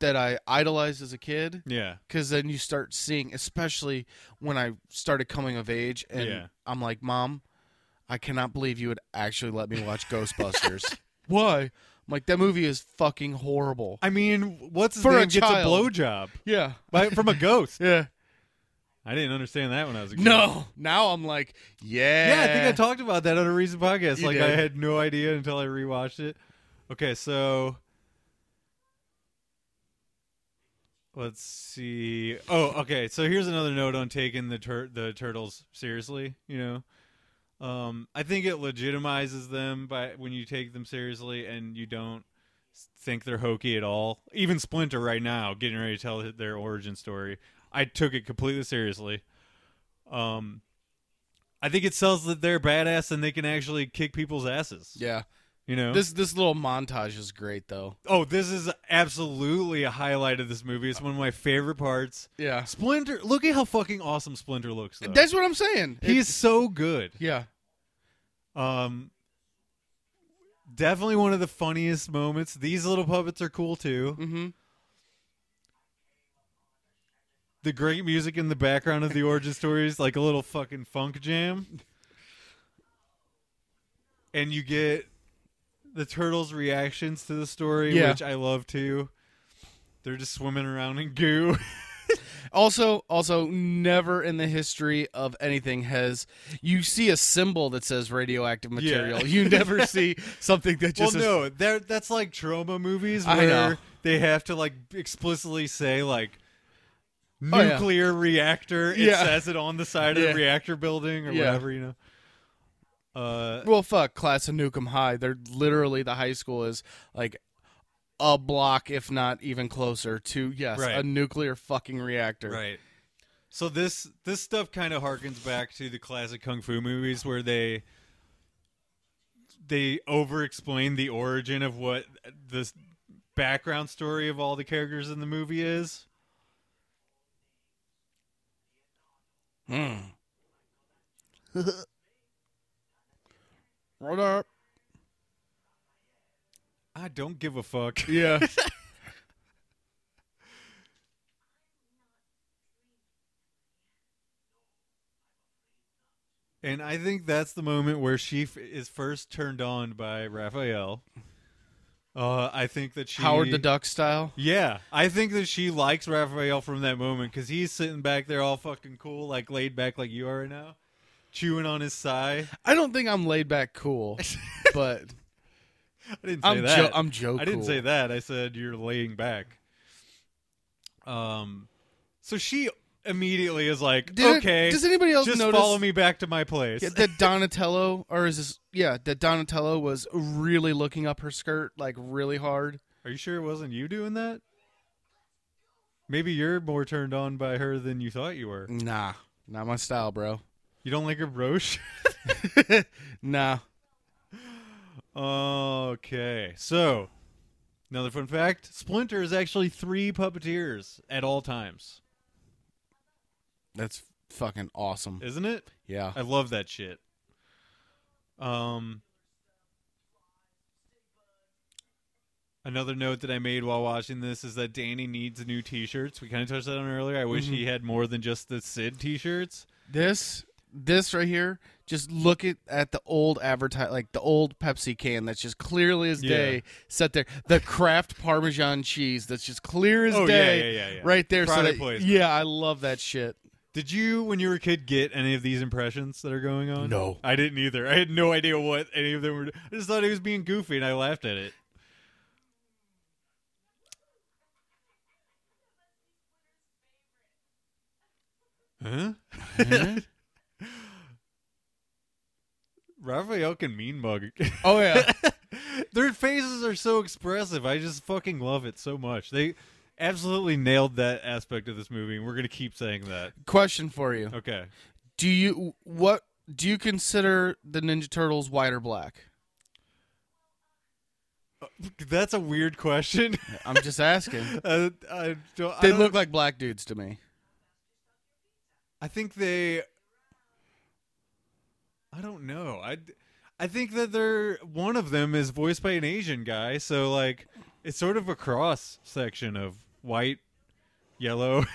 [SPEAKER 2] that I idolized as a kid
[SPEAKER 1] Yeah,
[SPEAKER 2] because then you start seeing, especially when I started coming of age, and
[SPEAKER 1] Yeah.
[SPEAKER 2] I'm like, Mom, I cannot believe you would actually let me watch Ghostbusters. why? I'm like, that movie is fucking horrible.
[SPEAKER 1] I mean, what's his
[SPEAKER 2] For a
[SPEAKER 1] name gets a
[SPEAKER 2] child.
[SPEAKER 1] blowjob
[SPEAKER 2] Yeah,
[SPEAKER 1] by- from a ghost?
[SPEAKER 2] yeah.
[SPEAKER 1] I didn't understand that when I was a kid.
[SPEAKER 2] No, now I'm like, yeah,
[SPEAKER 1] Yeah, I think I talked about that on a recent podcast.
[SPEAKER 2] You
[SPEAKER 1] like,
[SPEAKER 2] did.
[SPEAKER 1] I had no idea until I rewatched it. Okay, so let's see. Oh, okay. So here's another note on taking the tur- the turtles seriously. You know, um, I think it legitimizes them by when you take them seriously and you don't think they're hokey at all. Even Splinter right now, getting ready to tell their origin story. I took it completely seriously. Um, I think it sells that they're badass and they can actually kick people's asses.
[SPEAKER 2] Yeah.
[SPEAKER 1] You know,
[SPEAKER 2] This this little montage is great though.
[SPEAKER 1] oh, this is absolutely a highlight of this movie. It's one of my favorite parts.
[SPEAKER 2] Yeah.
[SPEAKER 1] Splinter, look at how fucking awesome Splinter looks. Though.
[SPEAKER 2] That's what I'm saying. It-
[SPEAKER 1] He's so good.
[SPEAKER 2] yeah.
[SPEAKER 1] Um, definitely one of the funniest moments. These little puppets are cool too.
[SPEAKER 2] Mhm.
[SPEAKER 1] The great music in the background of the origin stories, like a little fucking funk jam. And you get the turtles' reactions to the story,
[SPEAKER 2] Yeah.
[SPEAKER 1] which I love too. They're just swimming around in goo.
[SPEAKER 2] Also, also never in the history of anything has you see a symbol that says radioactive material. You never see something that
[SPEAKER 1] well,
[SPEAKER 2] just says-
[SPEAKER 1] no, they're- that's like trauma movies
[SPEAKER 2] I know.
[SPEAKER 1] where they have to like explicitly say like
[SPEAKER 2] Oh, yeah.
[SPEAKER 1] nuclear reactor. It
[SPEAKER 2] Yeah.
[SPEAKER 1] says it on the side
[SPEAKER 2] Yeah.
[SPEAKER 1] of the reactor building or
[SPEAKER 2] Yeah.
[SPEAKER 1] whatever, you know. Uh,
[SPEAKER 2] Well, fuck, class of Newcomb High. They're literally the high school is like a block, if not even closer, to yes,
[SPEAKER 1] Right.
[SPEAKER 2] a nuclear fucking reactor.
[SPEAKER 1] right. So this this stuff kind of harkens back to the classic kung fu movies where they they over explain the origin of what the background story of all the characters in the movie is.
[SPEAKER 2] Mm. Hmm. Roll up.
[SPEAKER 1] I don't give a fuck.
[SPEAKER 2] Yeah.
[SPEAKER 1] And I think that's the moment where she f- is first turned on by Raphael. Uh, I think that she
[SPEAKER 2] Howard the Duck style.
[SPEAKER 1] Yeah, I think that she likes Raphael from that moment because he's sitting back there all fucking cool, like laid back, like you are right now, chewing on his sigh.
[SPEAKER 2] I don't think I'm laid back cool, but
[SPEAKER 1] I didn't say
[SPEAKER 2] I'm
[SPEAKER 1] that.
[SPEAKER 2] Joe. I'm Joe.
[SPEAKER 1] I didn't
[SPEAKER 2] cool.
[SPEAKER 1] say that. I said you're laying back. Um, so she immediately is like,
[SPEAKER 2] Did-
[SPEAKER 1] okay,
[SPEAKER 2] Does anybody else
[SPEAKER 1] just
[SPEAKER 2] notice
[SPEAKER 1] follow me back to my place.
[SPEAKER 2] Yeah, that Donatello or is this? Yeah, that Donatello was really looking up her skirt like really hard.
[SPEAKER 1] Are you sure it wasn't you doing that? Maybe you're more turned on by her than you thought you were.
[SPEAKER 2] Nah, not my style, bro.
[SPEAKER 1] You don't like her brooch?
[SPEAKER 2] nah.
[SPEAKER 1] okay. So, another fun fact Splinter is actually three puppeteers at all times,
[SPEAKER 2] That's fucking awesome.
[SPEAKER 1] isn't it?
[SPEAKER 2] Yeah.
[SPEAKER 1] I love that shit. Um, another note that I made while watching this is that Danny needs new t shirts. We kind of touched that on earlier. I wish
[SPEAKER 2] Mhm.
[SPEAKER 1] he had more than just the Sid t shirts.
[SPEAKER 2] This this right here, just look at, at the old advertise like the old Pepsi can that's just clearly as
[SPEAKER 1] Yeah.
[SPEAKER 2] day set there. The Kraft Parmesan cheese that's just clear as
[SPEAKER 1] Oh, yeah,
[SPEAKER 2] day
[SPEAKER 1] yeah, yeah, yeah.
[SPEAKER 2] right there. so
[SPEAKER 1] Product
[SPEAKER 2] that-
[SPEAKER 1] placement.
[SPEAKER 2] yeah, I love that shit.
[SPEAKER 1] Did you, when you were a kid, get any of these impressions that are going on?
[SPEAKER 2] No.
[SPEAKER 1] I didn't either. I had no idea what any of them were. I just thought he was being goofy, and I laughed at it. Huh? Raphael can mean mug.
[SPEAKER 2] oh yeah.
[SPEAKER 1] Their faces are so expressive. I just fucking love it so much. They absolutely nailed that aspect of this movie, and we're gonna keep saying that.
[SPEAKER 2] Question for you.
[SPEAKER 1] Okay.
[SPEAKER 2] Do you what do you consider the Ninja Turtles white or black?
[SPEAKER 1] That's a weird question.
[SPEAKER 2] I'm just asking.
[SPEAKER 1] Uh, I, don't, I,
[SPEAKER 2] They
[SPEAKER 1] don't-
[SPEAKER 2] look like black dudes to me.
[SPEAKER 1] I think they. I don't know. I, I think that they're one of them is voiced by an Asian guy, so like it's sort of a cross section of white, yellow.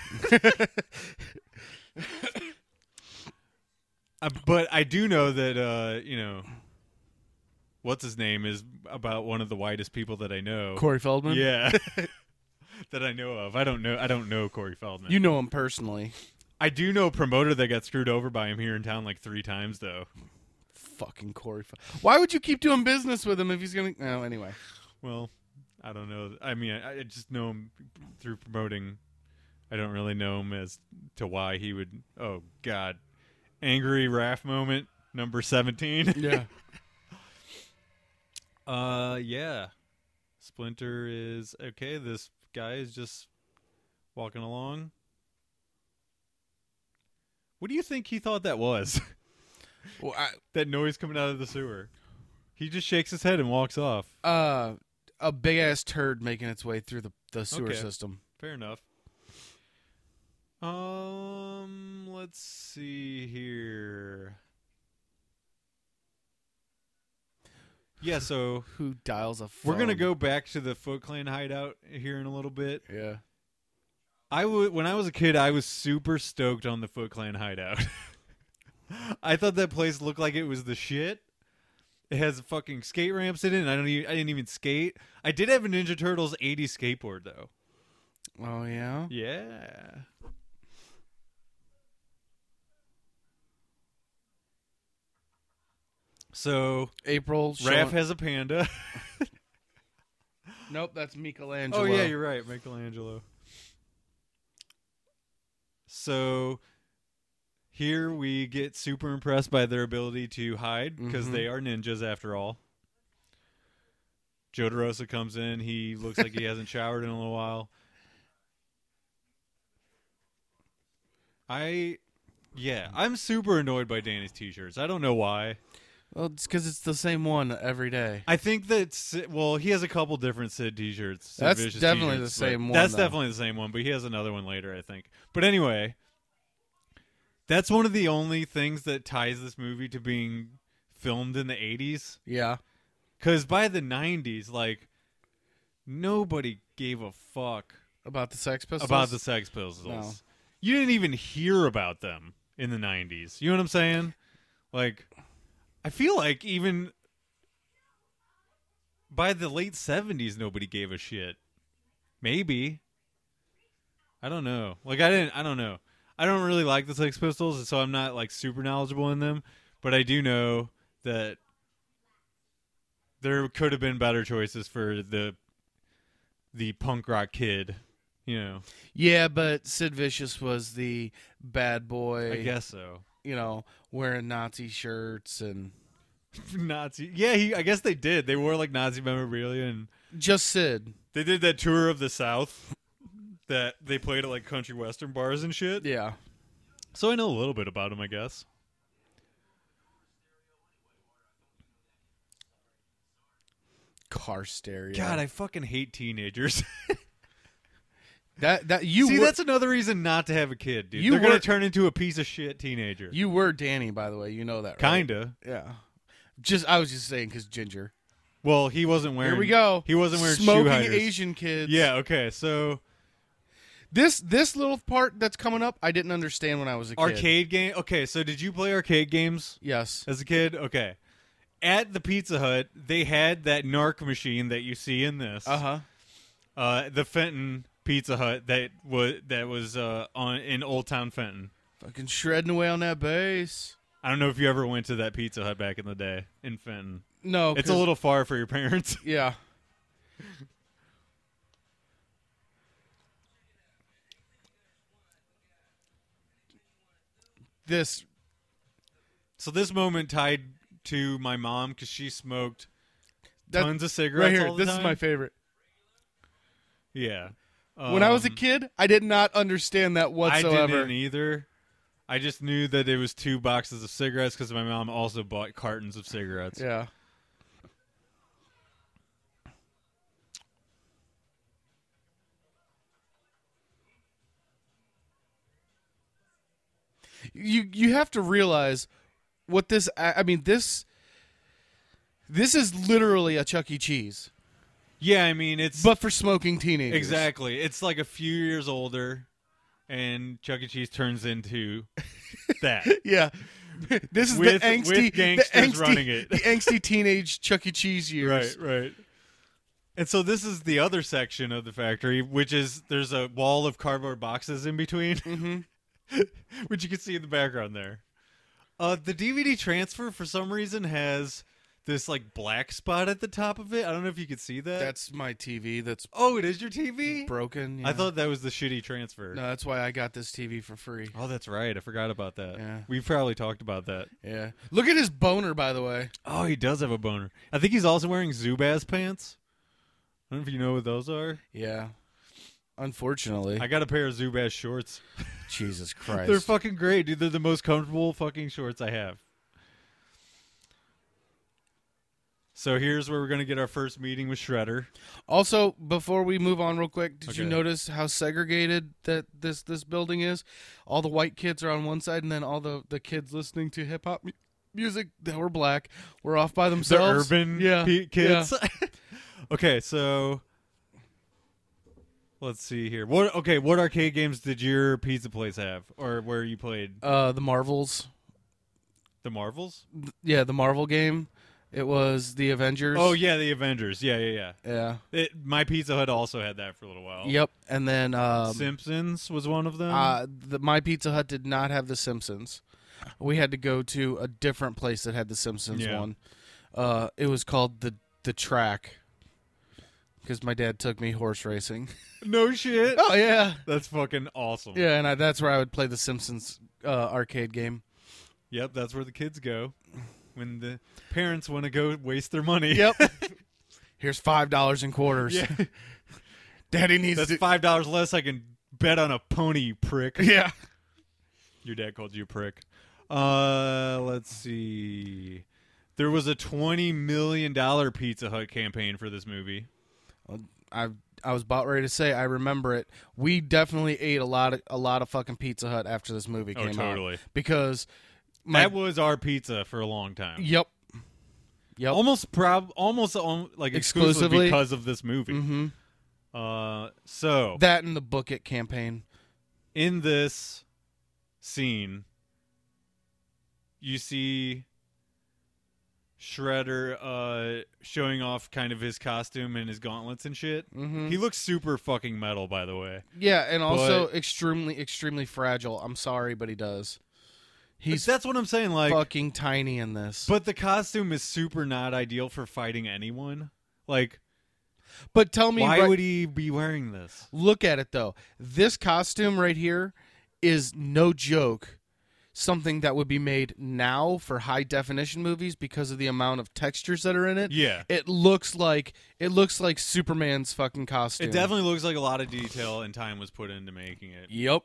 [SPEAKER 1] Uh, but I do know that uh, you know, what's his name is about one of the whitest people that I know.
[SPEAKER 2] Corey Feldman?
[SPEAKER 1] Yeah. that I know of. I don't know I don't know Corey Feldman.
[SPEAKER 2] You know him personally.
[SPEAKER 1] I do know a promoter that got screwed over by him here in town like three times though.
[SPEAKER 2] Fucking Corey. Fe- Why would you keep doing business with him if he's gonna? No, anyway.
[SPEAKER 1] Well, I don't know. I mean, I, I just know him through promoting. I don't really know him as to why he would. Oh God, angry Raph moment number seventeen.
[SPEAKER 2] Yeah.
[SPEAKER 1] Uh, yeah. Splinter is okay. This guy is just walking along. What do you think he thought that was?
[SPEAKER 2] Well, I,
[SPEAKER 1] that noise coming out of the sewer. He just shakes his head and walks off.
[SPEAKER 2] uh, a big ass turd making its way through the, the sewer
[SPEAKER 1] Okay.
[SPEAKER 2] system.
[SPEAKER 1] Fair enough. Um, let's see here. Yeah, so
[SPEAKER 2] Who dials a? Phone?
[SPEAKER 1] we're gonna go back to the Foot Clan hideout here in a little bit.
[SPEAKER 2] Yeah.
[SPEAKER 1] I w- when I was a kid, I was super stoked on the Foot Clan hideout. I thought that place looked like it was the shit. It has fucking skate ramps in it. And I don't. Even, I didn't even skate. I did have a Ninja Turtles '80 skateboard though.
[SPEAKER 2] Oh yeah.
[SPEAKER 1] Yeah. So
[SPEAKER 2] April.
[SPEAKER 1] Raph
[SPEAKER 2] showing-
[SPEAKER 1] has a panda.
[SPEAKER 2] nope, that's Michelangelo.
[SPEAKER 1] oh yeah, you're right, Michelangelo. So here we get super impressed by their ability to hide because
[SPEAKER 2] Mhm.
[SPEAKER 1] they are ninjas after all. Jodorosa comes in. He looks like he hasn't showered in a little while. I, yeah, I'm super annoyed by Danny's t-shirts. I don't know why.
[SPEAKER 2] Well, it's because it's the same one every day.
[SPEAKER 1] I think that Sid- well, he has a couple different Sid T-shirts. Sid
[SPEAKER 2] That's
[SPEAKER 1] Vicious
[SPEAKER 2] definitely
[SPEAKER 1] t-shirts,
[SPEAKER 2] the
[SPEAKER 1] but
[SPEAKER 2] same one,
[SPEAKER 1] That's
[SPEAKER 2] though.
[SPEAKER 1] definitely the same one, but he has another one later, I think. But anyway, that's one of the only things that ties this movie to being filmed in the '80s.
[SPEAKER 2] Yeah.
[SPEAKER 1] Because by the '90s, like nobody gave a fuck
[SPEAKER 2] About the Sex Pistols.
[SPEAKER 1] about the Sex Pistols.
[SPEAKER 2] No.
[SPEAKER 1] You didn't even hear about them in the '90s. You know what I'm saying? Like, I feel like even by the late '70s, nobody gave a shit. Maybe. I don't know. Like, I didn't. I don't know. I don't really like the Sex Pistols, and so I'm not like super knowledgeable in them. But I do know that there could have been better choices for the the punk rock kid. You know.
[SPEAKER 2] Yeah, but Sid Vicious was the bad boy.
[SPEAKER 1] I guess so.
[SPEAKER 2] You know, wearing Nazi shirts and
[SPEAKER 1] Nazi. Yeah, he, I guess they did. They wore like Nazi memorabilia and
[SPEAKER 2] just Sid.
[SPEAKER 1] they did that tour of the South that they played at like country western bars and shit.
[SPEAKER 2] Yeah.
[SPEAKER 1] So I know a little bit about him, I guess.
[SPEAKER 2] Car stereo.
[SPEAKER 1] God, I fucking hate teenagers.
[SPEAKER 2] that that you
[SPEAKER 1] See,
[SPEAKER 2] were
[SPEAKER 1] that's another reason not to have a kid, dude.
[SPEAKER 2] You
[SPEAKER 1] They're going
[SPEAKER 2] were-
[SPEAKER 1] to turn into a piece of shit teenager.
[SPEAKER 2] you were Danny, by the way. You know that, right?
[SPEAKER 1] Kinda.
[SPEAKER 2] Yeah. Just I was just saying because Ginger.
[SPEAKER 1] Well, he wasn't wearing.
[SPEAKER 2] Here we go.
[SPEAKER 1] He wasn't wearing shoe
[SPEAKER 2] smoking
[SPEAKER 1] hiders.
[SPEAKER 2] Asian kids.
[SPEAKER 1] Yeah. Okay. So
[SPEAKER 2] This this little part that's coming up, I didn't understand when I was a kid.
[SPEAKER 1] arcade game. Okay. So did you play arcade games?
[SPEAKER 2] Yes.
[SPEAKER 1] As a kid, okay. At the Pizza Hut, they had that narc machine that you see in this.
[SPEAKER 2] Uh huh.
[SPEAKER 1] Uh, the Fenton Pizza Hut that was that was uh, on in Old Town Fenton.
[SPEAKER 2] Fucking shredding away on that bass.
[SPEAKER 1] I don't know if you ever went to that Pizza Hut back in the day in Fenton.
[SPEAKER 2] No,
[SPEAKER 1] It's a
[SPEAKER 2] 'cause-
[SPEAKER 1] little far for your parents.
[SPEAKER 2] Yeah. This
[SPEAKER 1] So this moment tied to my mom because she smoked
[SPEAKER 2] that,
[SPEAKER 1] tons of cigarettes.
[SPEAKER 2] right here.
[SPEAKER 1] all the
[SPEAKER 2] This is
[SPEAKER 1] time.
[SPEAKER 2] my favorite.
[SPEAKER 1] yeah.
[SPEAKER 2] when I was a
[SPEAKER 1] Um,
[SPEAKER 2] kid, I did not understand that
[SPEAKER 1] I
[SPEAKER 2] whatsoever.
[SPEAKER 1] didn't either. I just knew that it was two boxes of cigarettes because my mom also bought cartons of cigarettes.
[SPEAKER 2] Yeah. You you have to realize what this I I mean this this is literally a Chuck E. Cheese,
[SPEAKER 1] Yeah, I mean it's
[SPEAKER 2] but for smoking teenagers.
[SPEAKER 1] Exactly. It's like a few years older, and Chuck E. Cheese turns into that.
[SPEAKER 2] Yeah. This is
[SPEAKER 1] With- with
[SPEAKER 2] the angsty, the
[SPEAKER 1] gangsters
[SPEAKER 2] angsty,
[SPEAKER 1] running it.
[SPEAKER 2] the angsty teenage Chuck E. Cheese years.
[SPEAKER 1] right. And so this is the other section of the factory, which is there's a wall of cardboard boxes in between,
[SPEAKER 2] Mm-hmm.
[SPEAKER 1] which you can see in the background there. Uh, the DVD transfer for some reason has this like black spot at the top of it. I don't know if you could see that.
[SPEAKER 2] That's my TV. That's
[SPEAKER 1] oh, it is your TV.
[SPEAKER 2] broken.
[SPEAKER 1] I
[SPEAKER 2] yeah.
[SPEAKER 1] thought that was the shitty transfer.
[SPEAKER 2] No, that's why I got this TV for free.
[SPEAKER 1] Oh, that's right. I forgot about that.
[SPEAKER 2] Yeah.
[SPEAKER 1] We probably talked about that.
[SPEAKER 2] Yeah. Look at his boner, by the way.
[SPEAKER 1] Oh, he does have a boner. I think he's also wearing Zubaz pants. I don't know if you know what those are.
[SPEAKER 2] Yeah. Unfortunately,
[SPEAKER 1] I got a pair of Zubash shorts.
[SPEAKER 2] Jesus Christ.
[SPEAKER 1] They're fucking great, dude. They're the most comfortable fucking shorts I have. So here's where we're gonna get our first meeting with Shredder.
[SPEAKER 2] Also, before we move on real quick, did you
[SPEAKER 1] Okay.
[SPEAKER 2] notice how segregated that this this building is? All the white kids are on one side and then all the the kids listening to hip hop mu- music that were black were off by
[SPEAKER 1] The
[SPEAKER 2] themselves.
[SPEAKER 1] urban
[SPEAKER 2] yeah,
[SPEAKER 1] pe-
[SPEAKER 2] yeah.
[SPEAKER 1] kids. okay, so let's see here. What okay? What arcade games did your pizza place have, or where you played
[SPEAKER 2] Uh the Marvels.
[SPEAKER 1] the Marvels?
[SPEAKER 2] Yeah, the Marvel game. It was the Avengers.
[SPEAKER 1] Oh yeah, the Avengers. Yeah, yeah,
[SPEAKER 2] yeah.
[SPEAKER 1] yeah. It, my Pizza Hut also had that for a little while.
[SPEAKER 2] Yep. And then um,
[SPEAKER 1] Simpsons was one of them.
[SPEAKER 2] uh the, my Pizza Hut did not have the Simpsons. We had to go to a different place that had the Simpsons
[SPEAKER 1] Yeah.
[SPEAKER 2] one. Uh it was called the the track. Because my dad took me horse racing.
[SPEAKER 1] no shit.
[SPEAKER 2] Oh yeah,
[SPEAKER 1] That's fucking awesome.
[SPEAKER 2] yeah, and I, that's where I would play the Simpsons uh, arcade game.
[SPEAKER 1] Yep, that's where the kids go when the parents want to go waste their money.
[SPEAKER 2] Yep. Here's five dollars in quarters.
[SPEAKER 1] Yeah.
[SPEAKER 2] Daddy needs
[SPEAKER 1] That's
[SPEAKER 2] to.
[SPEAKER 1] five dollars less I can bet on a pony, you prick.
[SPEAKER 2] Yeah.
[SPEAKER 1] Your dad called you a prick. Uh, let's see. There was a twenty million dollar Pizza Hut campaign for this movie.
[SPEAKER 2] I I was about ready to say I remember it. We definitely ate a lot of a lot of fucking Pizza Hut after this movie
[SPEAKER 1] Oh,
[SPEAKER 2] came
[SPEAKER 1] totally.
[SPEAKER 2] out because my
[SPEAKER 1] that was our pizza for a long time.
[SPEAKER 2] yep Yep.
[SPEAKER 1] Almost prob, almost um, like exclusively,
[SPEAKER 2] Exclusively.
[SPEAKER 1] because of this movie.
[SPEAKER 2] Mhm.
[SPEAKER 1] Uh, so
[SPEAKER 2] that and the book it campaign.
[SPEAKER 1] in this scene, you see Shredder uh, showing off kind of his costume and his gauntlets and shit.
[SPEAKER 2] Mhm.
[SPEAKER 1] He looks super fucking metal, by the way.
[SPEAKER 2] Yeah, and also extremely extremely fragile. I'm sorry, but he does. He's
[SPEAKER 1] that's what I'm saying. Like,
[SPEAKER 2] fucking tiny in this.
[SPEAKER 1] but the costume is super not ideal for fighting anyone. Like,
[SPEAKER 2] But tell me,
[SPEAKER 1] why
[SPEAKER 2] right-
[SPEAKER 1] would he be wearing this?
[SPEAKER 2] look at it though. This costume right here is no joke. Something that would be made now for high definition movies because of the amount of textures that are in it.
[SPEAKER 1] Yeah,
[SPEAKER 2] It looks like it looks like Superman's fucking costume.
[SPEAKER 1] it definitely looks like a lot of detail and time was put into making it.
[SPEAKER 2] Yep.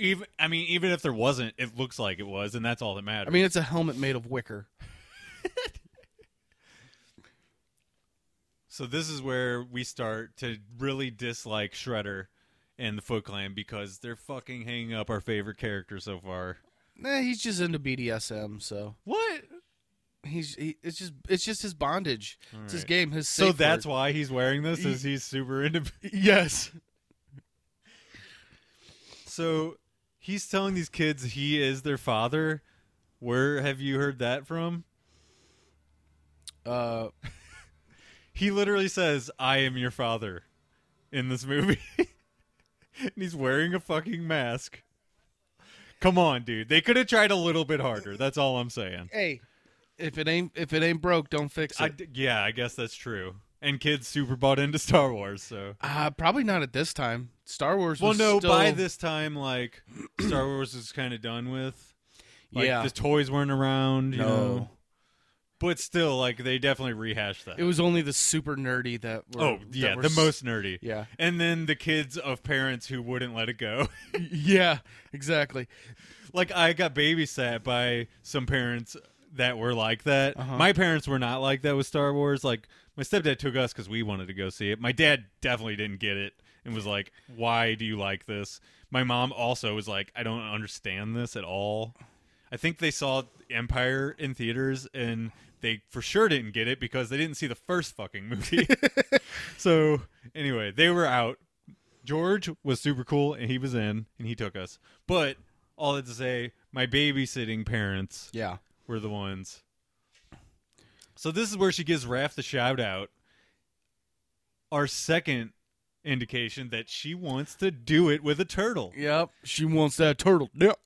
[SPEAKER 1] Even, I mean, even if there wasn't, it looks like it was, and that's all that matters.
[SPEAKER 2] I mean, it's a helmet made of wicker.
[SPEAKER 1] So this is where we start to really dislike Shredder and the Foot Clan because they're fucking hanging up our favorite character so far.
[SPEAKER 2] Nah, he's just into BDSM, so
[SPEAKER 1] What?
[SPEAKER 2] he's he, it's just it's just his bondage. it's his
[SPEAKER 1] Alright.
[SPEAKER 2] game. His
[SPEAKER 1] So
[SPEAKER 2] safe
[SPEAKER 1] that's
[SPEAKER 2] word.
[SPEAKER 1] why he's wearing this is he's super into
[SPEAKER 2] yes.
[SPEAKER 1] So he's telling these kids he is their father. Where have you heard that from?
[SPEAKER 2] Uh,
[SPEAKER 1] He literally says, "I am your father" in this movie. and he's wearing a fucking mask. Come on, dude. They could have tried a little bit harder. That's all I'm saying.
[SPEAKER 2] hey, if it ain't if it ain't broke, don't fix
[SPEAKER 1] I
[SPEAKER 2] it.
[SPEAKER 1] d yeah, I guess that's true. And kids super bought into Star Wars, so.
[SPEAKER 2] Uh, probably not at this time. Star Wars.
[SPEAKER 1] Well,
[SPEAKER 2] was
[SPEAKER 1] no,
[SPEAKER 2] still,
[SPEAKER 1] by this time, like Star Wars is kind of done with. Like,
[SPEAKER 2] yeah,
[SPEAKER 1] the toys weren't around. You
[SPEAKER 2] no,
[SPEAKER 1] know? but still, like they definitely rehashed that.
[SPEAKER 2] it was only the super nerdy that. Were,
[SPEAKER 1] oh
[SPEAKER 2] that
[SPEAKER 1] yeah,
[SPEAKER 2] were
[SPEAKER 1] the
[SPEAKER 2] s-
[SPEAKER 1] most nerdy.
[SPEAKER 2] Yeah,
[SPEAKER 1] And then the kids of parents who wouldn't let it go.
[SPEAKER 2] yeah, exactly.
[SPEAKER 1] like I got babysat by some parents that were like that.
[SPEAKER 2] Uh-huh.
[SPEAKER 1] My parents were not like that with Star Wars. Like my stepdad took us because we wanted to go see it. My dad definitely didn't get it and was like, "Why do you like this?" My mom also was like, "I don't understand this at all." I think they saw Empire in theaters and they for sure didn't get it because they didn't see the first fucking movie. so anyway, they were out. George was super cool and he was in and he took us. But all that to say, my babysitting parents
[SPEAKER 2] Yeah,
[SPEAKER 1] were the ones. So this is where she gives Raph the shout out. Our second indication that she wants to do it with a turtle.
[SPEAKER 2] yep. She wants that turtle. Yep,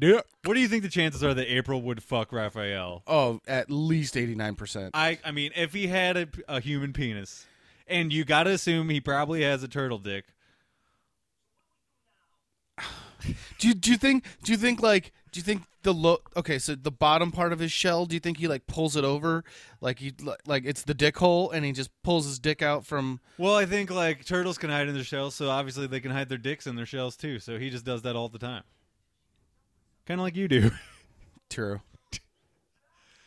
[SPEAKER 2] yep.
[SPEAKER 1] What do you think the chances are that April would fuck Raphael?
[SPEAKER 2] Oh, at least eighty nine percent.
[SPEAKER 1] I I mean, if he had a, a human penis, and you got to assume he probably has a turtle dick.
[SPEAKER 2] Do you, do you think? Do you think like? Do you think the low. Okay, so the bottom part of his shell. Do you think he like pulls it over, like he like it's the dick hole, and he just pulls his dick out from?
[SPEAKER 1] Well, I think like turtles can hide in their shells, so obviously they can hide their dicks in their shells too. So he just does that all the time, kind of like you do.
[SPEAKER 2] True.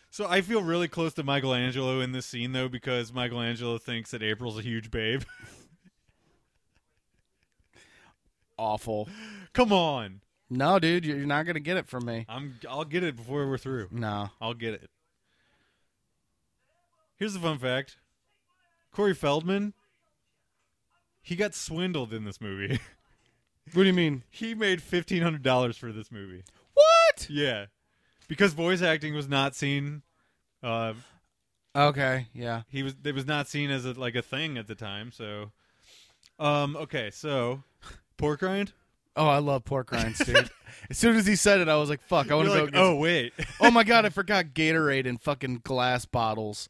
[SPEAKER 1] So I feel really close to Michelangelo in this scene though, because Michelangelo thinks that April's a huge babe.
[SPEAKER 2] Awful.
[SPEAKER 1] Come on,
[SPEAKER 2] No, dude, you're you're not gonna get it from me.
[SPEAKER 1] I'm I'll get it before we're through.
[SPEAKER 2] No.
[SPEAKER 1] I'll get it. Here's the fun fact: Corey Feldman, he got swindled in this movie.
[SPEAKER 2] What do you mean?
[SPEAKER 1] he made fifteen hundred dollars for this movie.
[SPEAKER 2] What?
[SPEAKER 1] Yeah, because voice acting was not seen. Uh,
[SPEAKER 2] Okay. Yeah.
[SPEAKER 1] he was it was not seen as a, like a thing at the time. So, um, okay, so pork rind.
[SPEAKER 2] Oh, I love pork rinds, dude. as soon as he said it, I was like, "Fuck, I want
[SPEAKER 1] You're
[SPEAKER 2] to go."
[SPEAKER 1] like,
[SPEAKER 2] get-
[SPEAKER 1] oh wait,
[SPEAKER 2] oh my god, I forgot Gatorade in fucking glass bottles.